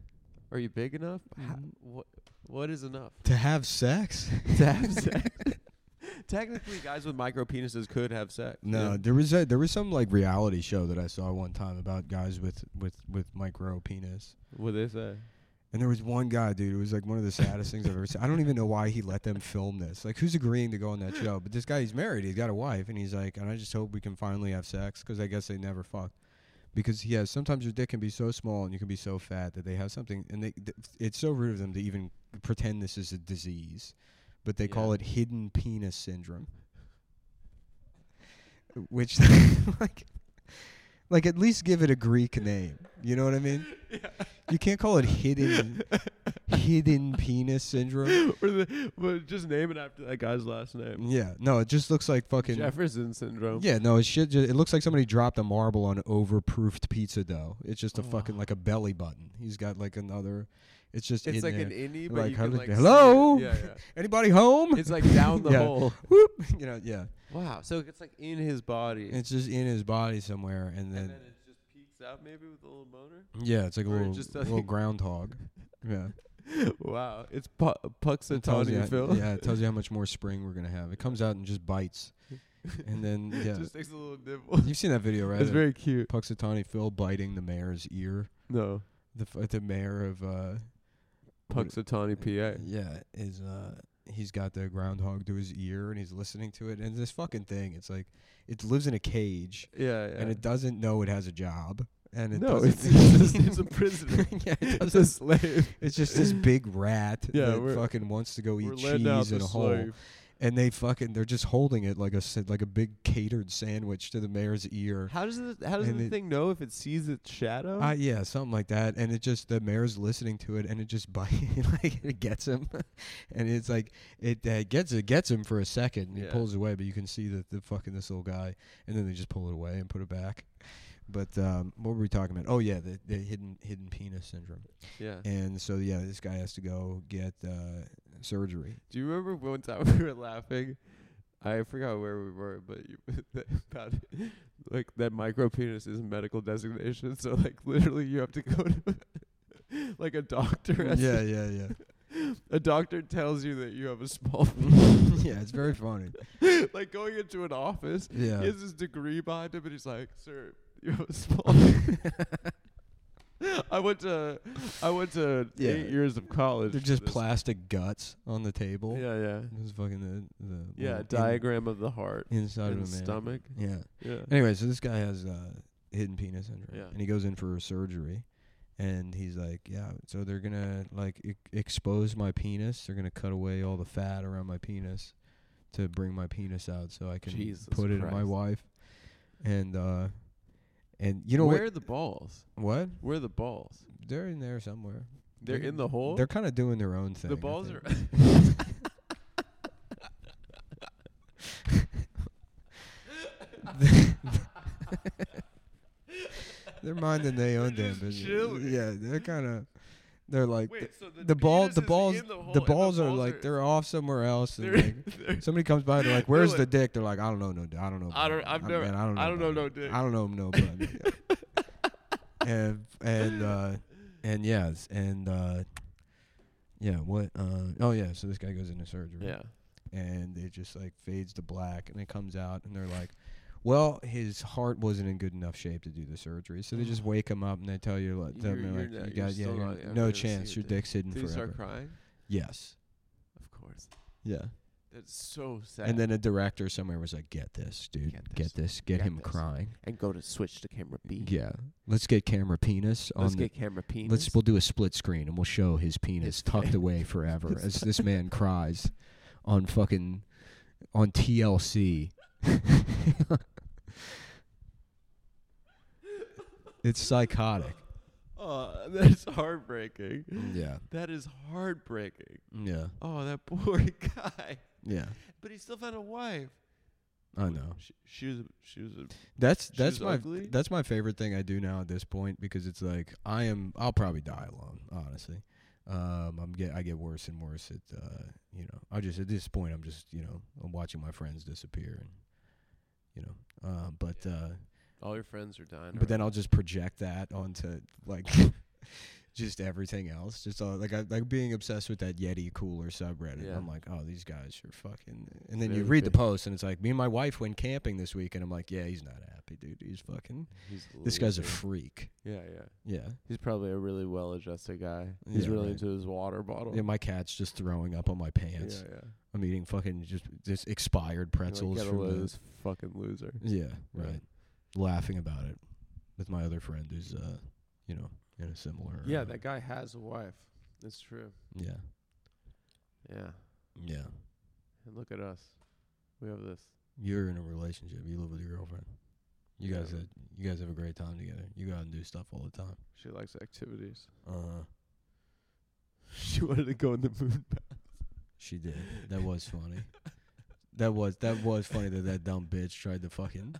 Speaker 2: Are you big enough? How,
Speaker 1: Mhm.
Speaker 2: what What is enough?
Speaker 1: To have sex?
Speaker 2: To have sex. Technically, guys with micro penises could have sex.
Speaker 1: No,
Speaker 2: Yeah.
Speaker 1: there was a there was some like reality show that I saw one time about guys with with with micro penis.
Speaker 2: What they say?
Speaker 1: And there was one guy, dude. It was like one of the saddest things I've ever seen. I don't even know why he let them film this. Like, who's agreeing to go on that show? But this guy, he's married. He's got a wife, and he's like, and I just hope we can finally have sex because I guess they never fucked. Because he has sometimes your dick can be so small and you can be so fat that they have something, and they th- it's so rude of them to even pretend this is a disease, but they call
Speaker 2: Yeah.
Speaker 1: it hidden penis syndrome, which like like at least give it a Greek name. You know what I mean? You can't call it hidden hidden penis syndrome.
Speaker 2: or the, but just name it after that guy's last name.
Speaker 1: Yeah, no, it just looks like fucking.
Speaker 2: Jefferson syndrome.
Speaker 1: Yeah, no, it shit. Just, it looks like somebody dropped a marble on overproofed pizza dough. It's just a
Speaker 2: Oh.
Speaker 1: fucking like a belly button. He's got like another. It's just
Speaker 2: It's
Speaker 1: in
Speaker 2: like
Speaker 1: there.
Speaker 2: an innie, but
Speaker 1: Like,
Speaker 2: you
Speaker 1: how
Speaker 2: can
Speaker 1: did-
Speaker 2: like see it.
Speaker 1: hello?
Speaker 2: Yeah, yeah.
Speaker 1: Anybody home?
Speaker 2: It's like down the
Speaker 1: Yeah.
Speaker 2: hole.
Speaker 1: Whoop. You know, yeah.
Speaker 2: Wow. So it's like in his body,
Speaker 1: It's just in his body somewhere, and
Speaker 2: and
Speaker 1: then,
Speaker 2: then it just peeks out maybe with a little boner.
Speaker 1: yeah, it's like a
Speaker 2: or it
Speaker 1: little
Speaker 2: just doesn't-
Speaker 1: little groundhog. Yeah,
Speaker 2: wow. It's pu-
Speaker 1: tells you,
Speaker 2: Puxatawny, Phil.
Speaker 1: yeah, it tells you how much more spring we're gonna have. It comes out and just bites, and then yeah,
Speaker 2: Just takes a little nibble.
Speaker 1: you've seen that video, right?
Speaker 2: It's
Speaker 1: of
Speaker 2: very cute.
Speaker 1: Puxatawny Phil biting the mayor's ear.
Speaker 2: No.
Speaker 1: The f- the mayor of uh, What-
Speaker 2: Puxatawny, PA.
Speaker 1: Yeah, is uh he's got the groundhog to his ear and he's listening to it and this fucking thing. It's like it lives in a cage
Speaker 2: Yeah, yeah.
Speaker 1: and it doesn't know it has a job and it
Speaker 2: no,
Speaker 1: doesn't-
Speaker 2: it's, it's, just, it's a prisoner.
Speaker 1: yeah, it
Speaker 2: It's
Speaker 1: doesn't-
Speaker 2: a slave.
Speaker 1: it's just this big rat
Speaker 2: Yeah,
Speaker 1: that
Speaker 2: we're-
Speaker 1: fucking wants to go eat
Speaker 2: We're letting out
Speaker 1: cheese
Speaker 2: the
Speaker 1: in a hole,
Speaker 2: slave.
Speaker 1: and they fucking they're just holding it like a sa- like a big catered sandwich to the mayor's ear.
Speaker 2: How does the how does
Speaker 1: And
Speaker 2: the
Speaker 1: it-
Speaker 2: thing know if it sees its shadow?
Speaker 1: Uh, yeah, something like that. And it just the mayor's listening to it, and it just bites, like it gets him, and it's like it uh, gets it gets him for a second. And He
Speaker 2: Yeah.
Speaker 1: pulls away, but you can see that the fucking this little guy, and then they just pull it away and put it back. But um, what were we talking about? Oh yeah, the, the hidden hidden penis syndrome.
Speaker 2: yeah.
Speaker 1: And so yeah, this guy has to go get uh, surgery.
Speaker 2: Do you remember one time we were laughing? I forgot where we were, but you, about like that micro penis is a medical designation, so like literally you have to go to like a doctor. has to-
Speaker 1: yeah, yeah, yeah,
Speaker 2: a doctor tells you that you have a small.
Speaker 1: yeah. It's very funny.
Speaker 2: like going into an office,
Speaker 1: Yeah.
Speaker 2: he has his degree behind him, and he's like, "Sir, you have a small." penis." I went to I went to
Speaker 1: Yeah.
Speaker 2: eight years of college.
Speaker 1: They're
Speaker 2: for
Speaker 1: just
Speaker 2: this.
Speaker 1: plastic guts on the table.
Speaker 2: Yeah, yeah,
Speaker 1: This is fucking the the
Speaker 2: yeah.
Speaker 1: little in-
Speaker 2: diagram of the heart.
Speaker 1: inside
Speaker 2: and
Speaker 1: of a man.
Speaker 2: stomach.
Speaker 1: Yeah.
Speaker 2: Yeah.
Speaker 1: Anyway, so this guy has uh, hidden penis syndrome,
Speaker 2: Yeah.
Speaker 1: and he goes in for surgery, and he's like, "Yeah, so they're gonna like e- expose my penis. They're gonna cut away all the fat around my penis to bring my penis out, so I can
Speaker 2: Jesus
Speaker 1: put it in my
Speaker 2: Christ.
Speaker 1: wife." And uh, and you know
Speaker 2: where are the balls?
Speaker 1: what? What?
Speaker 2: Where are the balls?
Speaker 1: They're in there somewhere.
Speaker 2: They're in the hole.
Speaker 1: They're kind of doing their own thing.
Speaker 2: the
Speaker 1: I
Speaker 2: balls
Speaker 1: think.
Speaker 2: are.
Speaker 1: They're minding their own damn
Speaker 2: just
Speaker 1: business.
Speaker 2: chilling.
Speaker 1: Yeah, they're kind of. They're like
Speaker 2: Wait, so the,
Speaker 1: the ball
Speaker 2: penis
Speaker 1: the
Speaker 2: is
Speaker 1: balls
Speaker 2: in the, hole
Speaker 1: the
Speaker 2: and
Speaker 1: balls are like they're off somewhere else and like,
Speaker 2: they're-
Speaker 1: somebody comes by they're like
Speaker 2: They're
Speaker 1: where's the
Speaker 2: like-
Speaker 1: dick they're like i don't know no di- i don't know
Speaker 2: I
Speaker 1: about
Speaker 2: don't-
Speaker 1: it.
Speaker 2: I've
Speaker 1: I-
Speaker 2: never-
Speaker 1: man,
Speaker 2: I don't know
Speaker 1: about
Speaker 2: no
Speaker 1: it.
Speaker 2: dick."
Speaker 1: i don't know no blood and and uh and yes and uh yeah what uh oh yeah so this guy goes into surgery
Speaker 2: yeah.
Speaker 1: and it just like fades to black and it comes out and they're like well his heart wasn't in good enough shape to do the surgery so they just wake him up and they tell you like,
Speaker 2: Mm-hmm. You're-
Speaker 1: they're like you
Speaker 2: you're not- you're
Speaker 1: got yeah,
Speaker 2: still
Speaker 1: you're-
Speaker 2: not ever
Speaker 1: no
Speaker 2: gonna see
Speaker 1: chance
Speaker 2: your
Speaker 1: your
Speaker 2: dick."
Speaker 1: dick's hidden
Speaker 2: Did he
Speaker 1: forever
Speaker 2: start crying?
Speaker 1: yes
Speaker 2: Of course.
Speaker 1: yeah
Speaker 2: It's so sad.
Speaker 1: And then a director somewhere was like, "Get this, dude.
Speaker 2: Get
Speaker 1: Get this.
Speaker 2: this.
Speaker 1: Get,
Speaker 2: Get
Speaker 1: him
Speaker 2: this."
Speaker 1: crying."
Speaker 2: and go to switch to camera B.
Speaker 1: Yeah. Let's get camera penis on
Speaker 2: Let's
Speaker 1: the
Speaker 2: get camera P.
Speaker 1: Let's we'll do a split screen and we'll show his penis tucked away forever as this man cries on fucking on TLC. it's psychotic.
Speaker 2: Oh, that's heartbreaking.
Speaker 1: Yeah.
Speaker 2: That is heartbreaking.
Speaker 1: Yeah.
Speaker 2: Oh, that poor guy.
Speaker 1: Yeah.
Speaker 2: But he still found a wife.
Speaker 1: I know.
Speaker 2: She, she was. She was. A,
Speaker 1: That's
Speaker 2: She
Speaker 1: that's
Speaker 2: was
Speaker 1: my
Speaker 2: ugly?
Speaker 1: that's my favorite thing I do now at this point because it's like I am I'll probably die alone honestly. Um, I'm get I get worse and worse at uh, you know I just at this point I'm just you know I'm watching my friends disappear and you know uh, but uh,
Speaker 2: all your friends are dying.
Speaker 1: but then I'll just project that onto like just everything else just all, like I, like being obsessed with that Yeti cooler subreddit
Speaker 2: Yeah.
Speaker 1: I'm like oh these guys are fucking and then you
Speaker 2: Really
Speaker 1: read the
Speaker 2: big.
Speaker 1: post and it's like me and my wife went camping this week and I'm like yeah he's not happy dude he's fucking
Speaker 2: he's
Speaker 1: this guy's a
Speaker 2: loser.
Speaker 1: freak.
Speaker 2: yeah, yeah.
Speaker 1: Yeah.
Speaker 2: He's probably a really well-adjusted guy. He's
Speaker 1: Yeah,
Speaker 2: really
Speaker 1: right.
Speaker 2: into his water bottle.
Speaker 1: Yeah, my cat's just throwing up on my
Speaker 2: yeah,
Speaker 1: pants.
Speaker 2: yeah.
Speaker 1: I'm eating fucking just just expired pretzels
Speaker 2: Like, get a
Speaker 1: from
Speaker 2: load of
Speaker 1: the-
Speaker 2: this fucking loser.
Speaker 1: Yeah, right. Laughing about it with my other friend who's uh, you know, in a similar
Speaker 2: Yeah,
Speaker 1: uh,
Speaker 2: that guy has a wife. That's true.
Speaker 1: Yeah.
Speaker 2: Yeah.
Speaker 1: Yeah.
Speaker 2: And look at us. We have this.
Speaker 1: You're in a relationship. You live with your girlfriend. You
Speaker 2: Yeah,
Speaker 1: guys
Speaker 2: but-
Speaker 1: had, you guys have a great time together. You go out and do stuff all the time.
Speaker 2: She likes activities.
Speaker 1: Uh
Speaker 2: Uh-huh. she wanted to go in the moon bath.
Speaker 1: she did. That was funny. That was that was funny that that dumb bitch tried to fucking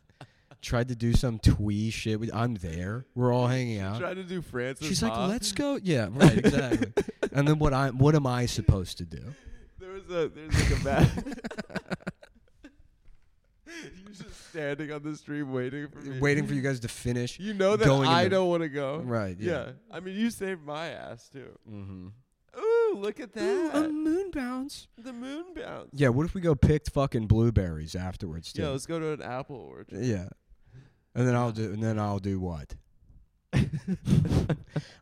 Speaker 1: tried to do some twee shit. With, I'm there. We're all hanging out.
Speaker 2: Trying to do Francis.
Speaker 1: She's like,
Speaker 2: Ha.
Speaker 1: "Let's go." Yeah, right, exactly. and then what I what am I supposed to do?
Speaker 2: There was a there's like a man. You're just standing on the stream waiting for me.
Speaker 1: Waiting for you guys to finish.
Speaker 2: You know that
Speaker 1: going in
Speaker 2: I
Speaker 1: the-
Speaker 2: don't want to go.
Speaker 1: Right.
Speaker 2: Yeah.
Speaker 1: Yeah.
Speaker 2: I mean, you saved my ass too.
Speaker 1: Mm-hmm.
Speaker 2: Ooh, look at that.
Speaker 1: moon bounce.
Speaker 2: the moon bounce.
Speaker 1: Yeah. What if we go picked fucking blueberries afterwards too?
Speaker 2: Yeah, let's go to an apple orchard.
Speaker 1: yeah. And then I'll do. And then I'll do what?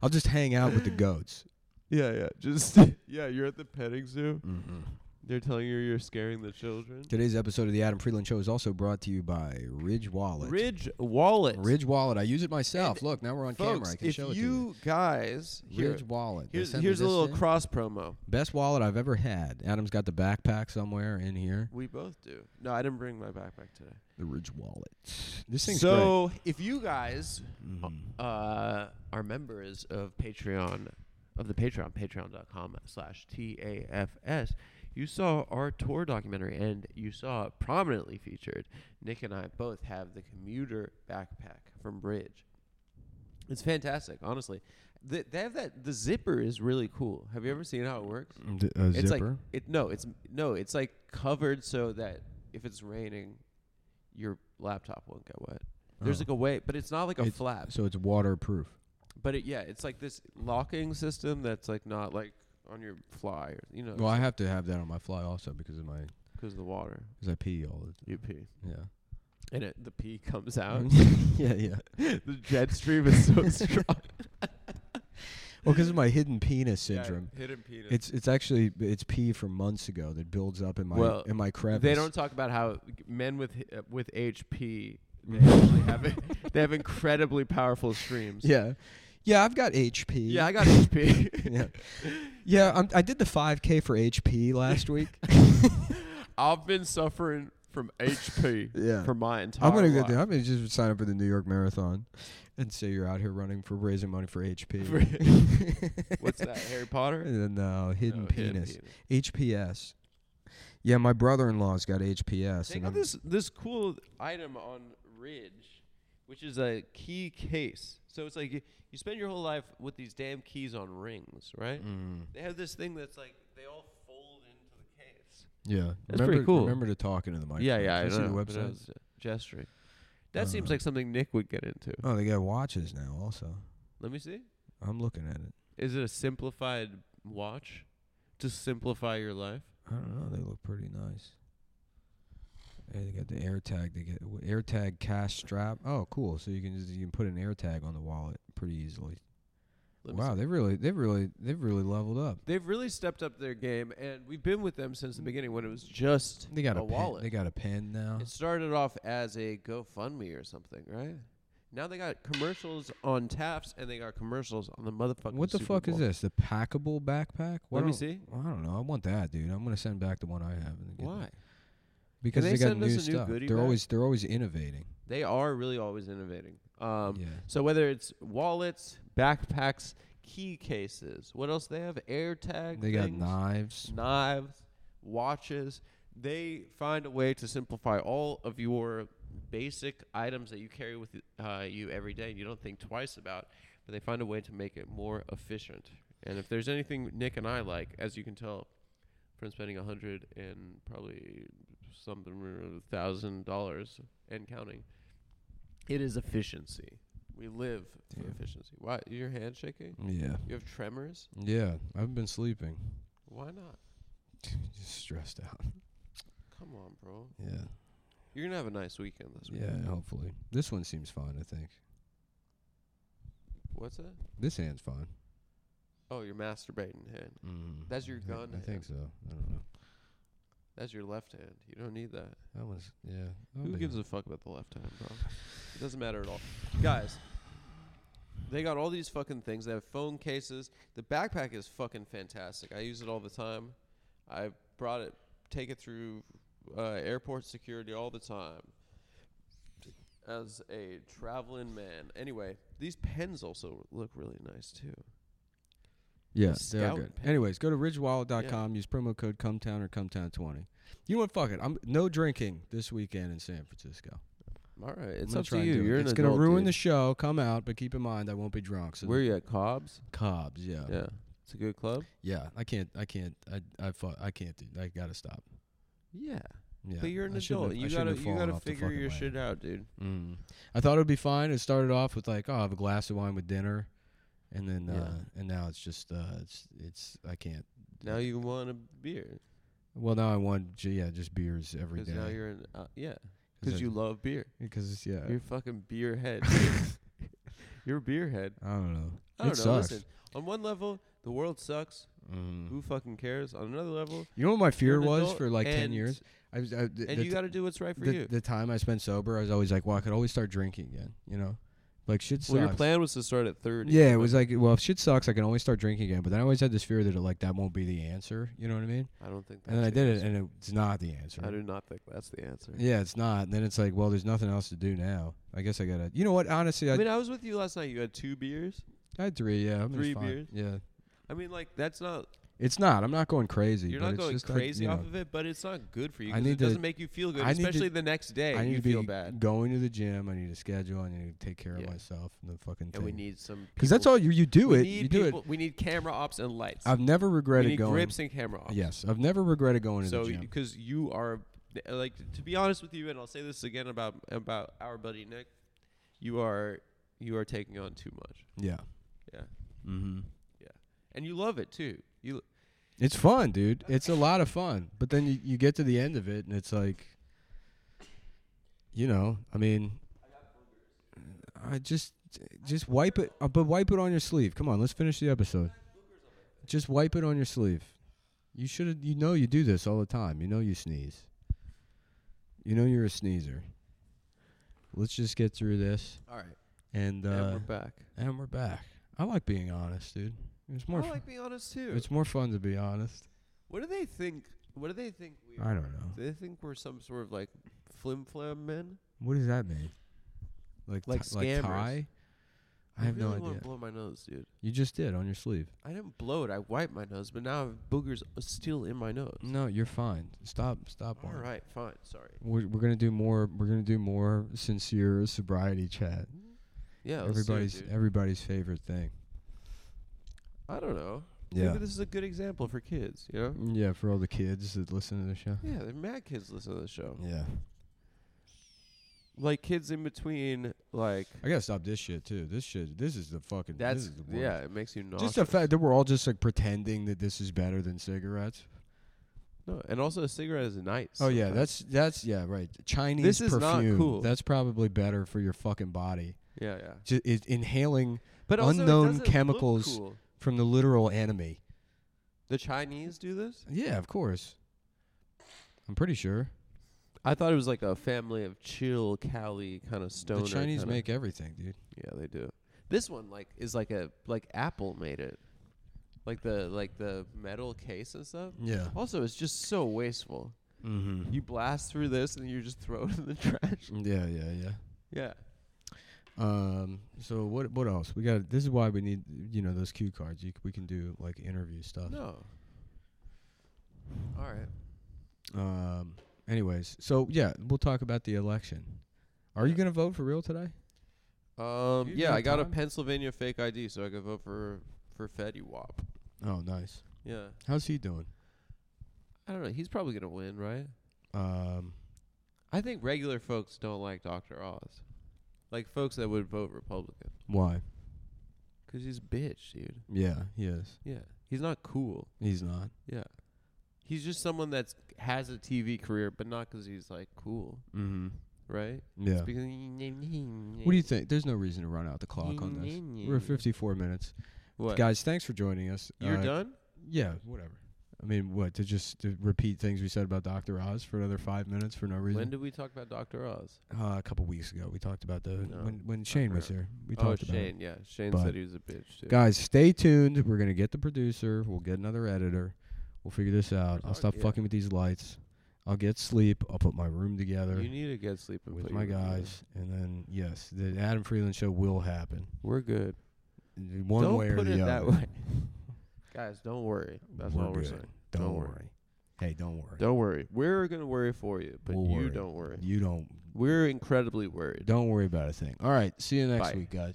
Speaker 1: I'll just hang out with the goats.
Speaker 2: Yeah, yeah. Just yeah, you're at the petting zoo.
Speaker 1: Mm-hmm.
Speaker 2: They're telling you you're scaring the children.
Speaker 1: Today's episode of the Adam Freeland Show is also brought to you by Ridge Wallet.
Speaker 2: Ridge wallet.
Speaker 1: Ridge Wallet. I use it myself. Look, now we're on
Speaker 2: Folks,
Speaker 1: camera. I can
Speaker 2: if
Speaker 1: show it to you.
Speaker 2: you guys here,
Speaker 1: Ridge Wallet. They
Speaker 2: here's
Speaker 1: sent me
Speaker 2: here's a
Speaker 1: this
Speaker 2: little
Speaker 1: thing.
Speaker 2: cross promo.
Speaker 1: Best wallet I've ever had. Adam's got the backpack somewhere in here.
Speaker 2: We both do. No, I didn't bring my backpack today.
Speaker 1: The Ridge Wallet. This thing's
Speaker 2: so if you guys
Speaker 1: great. Mhm.
Speaker 2: uh, are members of Patreon, of the Patreon, patreon.com slash TAFS, you saw our tour documentary and you saw it prominently featured. Nick and I both have the commuter backpack from Bridge. It's fantastic, honestly. The, they have that. The zipper is really cool. Have you ever seen how it works?
Speaker 1: Mm, D- a
Speaker 2: It's like
Speaker 1: zipper.
Speaker 2: it. No, it's no. It's like covered so that if it's raining, your laptop won't get wet. There's
Speaker 1: Oh.
Speaker 2: like a way, but it's not like a
Speaker 1: It's-
Speaker 2: flap.
Speaker 1: so it's waterproof.
Speaker 2: But it, yeah, it's like this locking system that's like not like on your fly, or, you know,
Speaker 1: Well, I have to have that on my fly also because of my
Speaker 2: because of the water.
Speaker 1: because I pee all the
Speaker 2: You pee,
Speaker 1: yeah.
Speaker 2: and it, the pee comes out.
Speaker 1: yeah, yeah.
Speaker 2: the jet stream is so strong.
Speaker 1: Well, because of my hidden penis syndrome.
Speaker 2: hidden penis.
Speaker 1: It's it's actually it's pee from months ago that builds up in my
Speaker 2: Well,
Speaker 1: in my crevice.
Speaker 2: they don't talk about how men with hi- uh, with HP they actually have it- they have incredibly powerful streams.
Speaker 1: Yeah, yeah. I've got HP.
Speaker 2: Yeah, I got HP.
Speaker 1: yeah, yeah. I'm, I did the 5K for HP last week.
Speaker 2: I've been suffering from HP
Speaker 1: Yeah.
Speaker 2: for my entire.
Speaker 1: I'm gonna go.
Speaker 2: life.
Speaker 1: I'm gonna just sign up for the New York Marathon, and say you're out here running for raising money for HP.
Speaker 2: What's that? Harry Potter? Oh,
Speaker 1: and then uh, hidden
Speaker 2: No,
Speaker 1: penis, HPS. Yeah, my brother-in-law's got HPS.
Speaker 2: They
Speaker 1: and
Speaker 2: got
Speaker 1: I'm-
Speaker 2: this this cool item on Ridge, which is a key case. So it's like you, you spend your whole life with these damn keys on rings, right?
Speaker 1: Mm,
Speaker 2: They have this thing that's like they all fold into the case.
Speaker 1: yeah,
Speaker 2: That's
Speaker 1: remember,
Speaker 2: pretty cool.
Speaker 1: Remember to talk into the microphone.
Speaker 2: yeah, yeah, I
Speaker 1: Did you see
Speaker 2: know. uh,
Speaker 1: the website.
Speaker 2: Gesturing. That seems
Speaker 1: Uh,
Speaker 2: like something Nick would get into.
Speaker 1: Oh, they got watches now. Also,
Speaker 2: Let me see.
Speaker 1: I'm looking at it.
Speaker 2: Is it a simplified watch to simplify your life?
Speaker 1: I don't know. They look pretty nice. Hey, they got the AirTag. They get w- AirTag cash strap. Oh, cool. So you can just you can put an AirTag on the wallet pretty easily.
Speaker 2: Let me
Speaker 1: Wow,
Speaker 2: see.
Speaker 1: they really, they really, they've really leveled up.
Speaker 2: They've really stepped up their game, and we've been with them since the beginning when it was just
Speaker 1: They got a,
Speaker 2: a,
Speaker 1: pen,
Speaker 2: wallet.
Speaker 1: They got uh-huh. a pen now.
Speaker 2: It started off as a GoFundMe or something, right? Now they got commercials on Taft's and they got commercials on the motherfucking.
Speaker 1: What the
Speaker 2: Super
Speaker 1: fuck is
Speaker 2: Bowl.
Speaker 1: this? The packable backpack? Why
Speaker 2: Let
Speaker 1: don't-
Speaker 2: me see.
Speaker 1: I don't know. I want that, dude. I'm gonna send back the one I have. And get
Speaker 2: Why?
Speaker 1: it. Because
Speaker 2: they
Speaker 1: they, got
Speaker 2: send us
Speaker 1: new
Speaker 2: a new
Speaker 1: stuff.
Speaker 2: goodie
Speaker 1: they're
Speaker 2: bag?
Speaker 1: always they're always innovating.
Speaker 2: They are really always innovating. Um,
Speaker 1: Yeah.
Speaker 2: So whether it's wallets, backpacks, key cases, what else they have? Air tag.
Speaker 1: They got
Speaker 2: things,
Speaker 1: knives.
Speaker 2: knives, watches. They find a way to simplify all of your basic items that you carry with uh, you every day and you don't think twice about, but they find a way to make it more efficient. And if there's anything Nick and I like, as you can tell from spending a hundred and probably something uh, thousand dollars and counting, it is efficiency. We live for
Speaker 1: Yeah.
Speaker 2: efficiency. Why your hand shaking?
Speaker 1: Yeah.
Speaker 2: You have tremors?
Speaker 1: Yeah. I've been sleeping.
Speaker 2: Why not?
Speaker 1: Just stressed out.
Speaker 2: Come on, bro.
Speaker 1: Yeah.
Speaker 2: You're gonna have a nice weekend this week.
Speaker 1: Yeah. Hopefully, this one seems fine. I think
Speaker 2: What's it?
Speaker 1: this hand's fine.
Speaker 2: Oh, you're masturbating hand.
Speaker 1: Mm.
Speaker 2: That's your
Speaker 1: I thi-
Speaker 2: gun
Speaker 1: I think
Speaker 2: hand.
Speaker 1: so. I don't know.
Speaker 2: That's your left hand. You don't need that.
Speaker 1: That was yeah.
Speaker 2: Who gives a fuck about the left hand, bro? It doesn't matter at all. Guys, they got all these fucking things. They have phone cases. The backpack is fucking fantastic. I use it all the time. I brought it, take it through uh, airport security all the time as a traveling man. Anyway, these pens also look really nice too.
Speaker 1: Yeah, they are
Speaker 2: Scout
Speaker 1: good.
Speaker 2: pen.
Speaker 1: Anyways, go to ridgewallet.com. Use promo code Cumtown or Cumtown20. You know what? Fuck it. I'm no drinking this weekend in San Francisco.
Speaker 2: All right, it's
Speaker 1: I'm gonna
Speaker 2: up
Speaker 1: try
Speaker 2: to
Speaker 1: and
Speaker 2: you.
Speaker 1: do it.
Speaker 2: You're
Speaker 1: it's
Speaker 2: an
Speaker 1: gonna
Speaker 2: adult,
Speaker 1: ruin
Speaker 2: dude.
Speaker 1: the show. Come out, but keep in mind I won't be drunk. So
Speaker 2: Where you at, Cobb's?
Speaker 1: Cobbs, yeah, yeah,
Speaker 2: Yeah, it's a good club.
Speaker 1: I can't, I can't, I, I, fu- I can't do. I gotta stop.
Speaker 2: Yeah,
Speaker 1: Yeah,
Speaker 2: but you're an
Speaker 1: I shouldn't have-
Speaker 2: adult.
Speaker 1: I
Speaker 2: you
Speaker 1: shouldn't
Speaker 2: gotta
Speaker 1: have
Speaker 2: you
Speaker 1: fallen
Speaker 2: gotta
Speaker 1: off the
Speaker 2: figure
Speaker 1: fucking
Speaker 2: your
Speaker 1: wagon.
Speaker 2: shit out, dude.
Speaker 1: Mm. I thought it'd be fine. It started off with like, oh, I'll have a glass of wine with dinner, and then,
Speaker 2: Yeah.
Speaker 1: uh, and now it's just, uh, it's, it's, I can't.
Speaker 2: Now you want a beer
Speaker 1: Well, now I want, j- yeah, just beers every
Speaker 2: because
Speaker 1: day.
Speaker 2: now you're an uh, yeah because
Speaker 1: I-
Speaker 2: you love beer.
Speaker 1: because it's- yeah,
Speaker 2: You're fucking beer head. you're a beer head.
Speaker 1: I don't know.
Speaker 2: I don't
Speaker 1: it
Speaker 2: know.
Speaker 1: Sucks.
Speaker 2: Listen, on one level, the world sucks.
Speaker 1: Mm.
Speaker 2: Who fucking cares? On another level,
Speaker 1: You know what my fear
Speaker 2: you're an
Speaker 1: was
Speaker 2: adult
Speaker 1: for like ten
Speaker 2: and-
Speaker 1: years. I was. I, the,
Speaker 2: and
Speaker 1: the
Speaker 2: you
Speaker 1: t-
Speaker 2: got to do what's right for
Speaker 1: the,
Speaker 2: you.
Speaker 1: the time I spent sober, I was always like, "Well, I could always start drinking again." You know, like shit sucks.
Speaker 2: well, your plan was to start at 30.
Speaker 1: yeah, it was like,
Speaker 2: but
Speaker 1: well, if shit sucks, I can always start drinking again. But then I always had this fear that like that won't be the answer. You know what I mean?
Speaker 2: I don't think. That's
Speaker 1: And then I
Speaker 2: the
Speaker 1: did it,
Speaker 2: answer.
Speaker 1: and it's not the answer.
Speaker 2: I do not think that's the answer.
Speaker 1: Yeah, it's not. And then it's like, well, there's nothing else to do now. I guess I gotta. You know what? Honestly, I,
Speaker 2: I mean, I was with you last night. You had two beers.
Speaker 1: I had three. Yeah, I'm just
Speaker 2: Three
Speaker 1: fine.
Speaker 2: beers?
Speaker 1: Yeah,
Speaker 2: I mean, like that's not
Speaker 1: it's not. I'm not going crazy.
Speaker 2: you're
Speaker 1: but
Speaker 2: not
Speaker 1: it's
Speaker 2: going
Speaker 1: just like,
Speaker 2: crazy
Speaker 1: you
Speaker 2: off
Speaker 1: know,
Speaker 2: of it, but it's not good for you.
Speaker 1: I
Speaker 2: 'cause
Speaker 1: need
Speaker 2: it doesn't
Speaker 1: to-
Speaker 2: make you feel good,
Speaker 1: I need to-
Speaker 2: especially the next day.
Speaker 1: I need
Speaker 2: you
Speaker 1: to be
Speaker 2: feel bad,
Speaker 1: going to the gym. I need a schedule. I need to take care of
Speaker 2: Yeah.
Speaker 1: myself and the fucking
Speaker 2: and we
Speaker 1: thing.
Speaker 2: need some
Speaker 1: Because that's
Speaker 2: people-
Speaker 1: all you you do
Speaker 2: we
Speaker 1: it.
Speaker 2: Need
Speaker 1: You do it.
Speaker 2: people- We need camera ops and lights.
Speaker 1: I've never
Speaker 2: we
Speaker 1: regretted
Speaker 2: need
Speaker 1: going.
Speaker 2: grips and camera ops.
Speaker 1: Yes, I've never regretted going to
Speaker 2: So
Speaker 1: the gym.
Speaker 2: because you are like to be honest with you, and I'll say this again about about our buddy Nick, you are you are taking on too much.
Speaker 1: yeah.
Speaker 2: Yeah,
Speaker 1: Mm-hmm.
Speaker 2: yeah, and you love it too. You
Speaker 1: It's fun, dude. It's a lot of fun. But then you, you get to the end of it, and it's like, you know, I mean, I just just wipe it, uh, but wipe it on your sleeve. Come on, let's finish the episode. Just wipe it on your sleeve. You should. have You know, you do this all the time. You know, you sneeze. You know, you're a sneezer. Let's just get through this,
Speaker 2: all right,
Speaker 1: and uh,
Speaker 2: and we're back.
Speaker 1: And we're back. I like being honest, dude. It's
Speaker 2: I
Speaker 1: more.
Speaker 2: like being honest too.
Speaker 1: fu- it's more fun to be honest.
Speaker 2: What do they think? What do they think we
Speaker 1: I don't know.
Speaker 2: Do they think we're some sort of like flim flam men?
Speaker 1: What does that mean? Like
Speaker 2: Like
Speaker 1: ti- like
Speaker 2: scammers.
Speaker 1: tie? I have
Speaker 2: really
Speaker 1: no
Speaker 2: want
Speaker 1: idea.
Speaker 2: to blow my nose, dude.
Speaker 1: You just did on your sleeve.
Speaker 2: I didn't blow it. I wiped my nose, but now I have boogers uh, still in my nose.
Speaker 1: No, you're fine. Stop. Stop.
Speaker 2: All
Speaker 1: on it.
Speaker 2: right, fine. Sorry.
Speaker 1: We're we're gonna do more. We're gonna do more sincere sobriety chat.
Speaker 2: Yeah, let's do it,
Speaker 1: everybody's
Speaker 2: dude.
Speaker 1: everybody's favorite thing.
Speaker 2: I don't know.
Speaker 1: Yeah. Mm.
Speaker 2: Maybe this is a good example for kids. You know?
Speaker 1: Yeah, for all the kids that listen to the show.
Speaker 2: Yeah, they're mad kids listen to the show.
Speaker 1: Yeah.
Speaker 2: Like kids in between, like
Speaker 1: I gotta stop this shit too. This shit. This is the fucking. this
Speaker 2: that's
Speaker 1: is the worst.
Speaker 2: yeah, it makes you nauseous.
Speaker 1: Just the fact that we're all just like pretending that this is better than cigarettes.
Speaker 2: no, and also a cigarette is nice.
Speaker 1: Oh yeah,
Speaker 2: sometimes.
Speaker 1: that's that's yeah right. Chinese
Speaker 2: This is not
Speaker 1: perfume.
Speaker 2: cool.
Speaker 1: That's probably better for your fucking body.
Speaker 2: yeah, yeah.
Speaker 1: Just, inhaling
Speaker 2: But also it
Speaker 1: unknown
Speaker 2: doesn't look
Speaker 1: chemicals.
Speaker 2: cool.
Speaker 1: from the literal anime.
Speaker 2: The Chinese do this.
Speaker 1: Yeah, of course. I'm pretty sure
Speaker 2: I thought it was like a family of chill Cali kind of stoner.
Speaker 1: the Chinese
Speaker 2: kinda-
Speaker 1: make everything, dude.
Speaker 2: Yeah, they do. This one like is like a like Apple made it, like the like the metal case and stuff.
Speaker 1: Yeah.
Speaker 2: Also, it's just so wasteful.
Speaker 1: Mm-hmm.
Speaker 2: You blast through this and you just throw it in the trash.
Speaker 1: Yeah, yeah, yeah.
Speaker 2: Yeah.
Speaker 1: Um. So what? What else? We got. This is why we need. You know those cue cards. You, c- we can do like interview stuff.
Speaker 2: No. All right.
Speaker 1: Um. Anyways, so yeah, we'll talk about the election. Are you gonna vote for real today?
Speaker 2: Um,
Speaker 1: You
Speaker 2: yeah,
Speaker 1: got
Speaker 2: I got a
Speaker 1: time?
Speaker 2: Pennsylvania fake ID, so I could vote for for Fetty Wap.
Speaker 1: Oh, nice.
Speaker 2: Yeah,
Speaker 1: How's he doing?
Speaker 2: I don't know. He's probably gonna win, right?
Speaker 1: Um.
Speaker 2: I think regular folks don't like Dr. Oz, like folks that would vote Republican,
Speaker 1: Why?
Speaker 2: 'cause he's a bitch, dude.
Speaker 1: Yeah, he is.
Speaker 2: Yeah, he's not cool.
Speaker 1: He's not.
Speaker 2: Yeah, he's just someone that's has a TV career, but not 'cause he's like cool,
Speaker 1: Mm-hmm.
Speaker 2: right?
Speaker 1: Yeah.
Speaker 2: It's because
Speaker 1: What do you think? There's no reason to run out the clock on this. We're at 54 minutes,
Speaker 2: Mm-hmm. What?
Speaker 1: guys. Thanks for joining us.
Speaker 2: You're
Speaker 1: Uh,
Speaker 2: done?
Speaker 1: Yeah, whatever. I mean, what to just to repeat things we said about Doctor Oz for another five minutes for no reason.
Speaker 2: When did we talk about Dr. Oz?
Speaker 1: uh, a couple weeks ago, we talked about the
Speaker 2: No,
Speaker 1: when when Shane was
Speaker 2: fair.
Speaker 1: here. We
Speaker 2: oh,
Speaker 1: talked about it.
Speaker 2: Shane. Yeah, Shane
Speaker 1: But-
Speaker 2: said he was a bitch too.
Speaker 1: Guys, stay tuned. We're gonna get the producer. We'll get another editor. We'll figure this out. I'll
Speaker 2: Talk-
Speaker 1: stop
Speaker 2: yeah.
Speaker 1: fucking with these lights. I'll get sleep. I'll put my room together
Speaker 2: You need to get sleep and
Speaker 1: with
Speaker 2: put
Speaker 1: my
Speaker 2: your room together.
Speaker 1: guys, and then yes, the Adam Freeland show will happen
Speaker 2: We're good.
Speaker 1: one
Speaker 2: don't
Speaker 1: way
Speaker 2: put
Speaker 1: or the
Speaker 2: it
Speaker 1: other.
Speaker 2: that way. guys, don't worry. That's
Speaker 1: We're
Speaker 2: all we're
Speaker 1: good.
Speaker 2: saying.
Speaker 1: Don't,
Speaker 2: Don't
Speaker 1: worry.
Speaker 2: worry.
Speaker 1: Hey, don't worry.
Speaker 2: Don't worry. We're gonna worry for you, but
Speaker 1: We'll
Speaker 2: you
Speaker 1: worry.
Speaker 2: don't worry.
Speaker 1: you don't
Speaker 2: We're incredibly worried.
Speaker 1: don't worry about a thing. All right, see you next
Speaker 2: Bye.
Speaker 1: week, guys.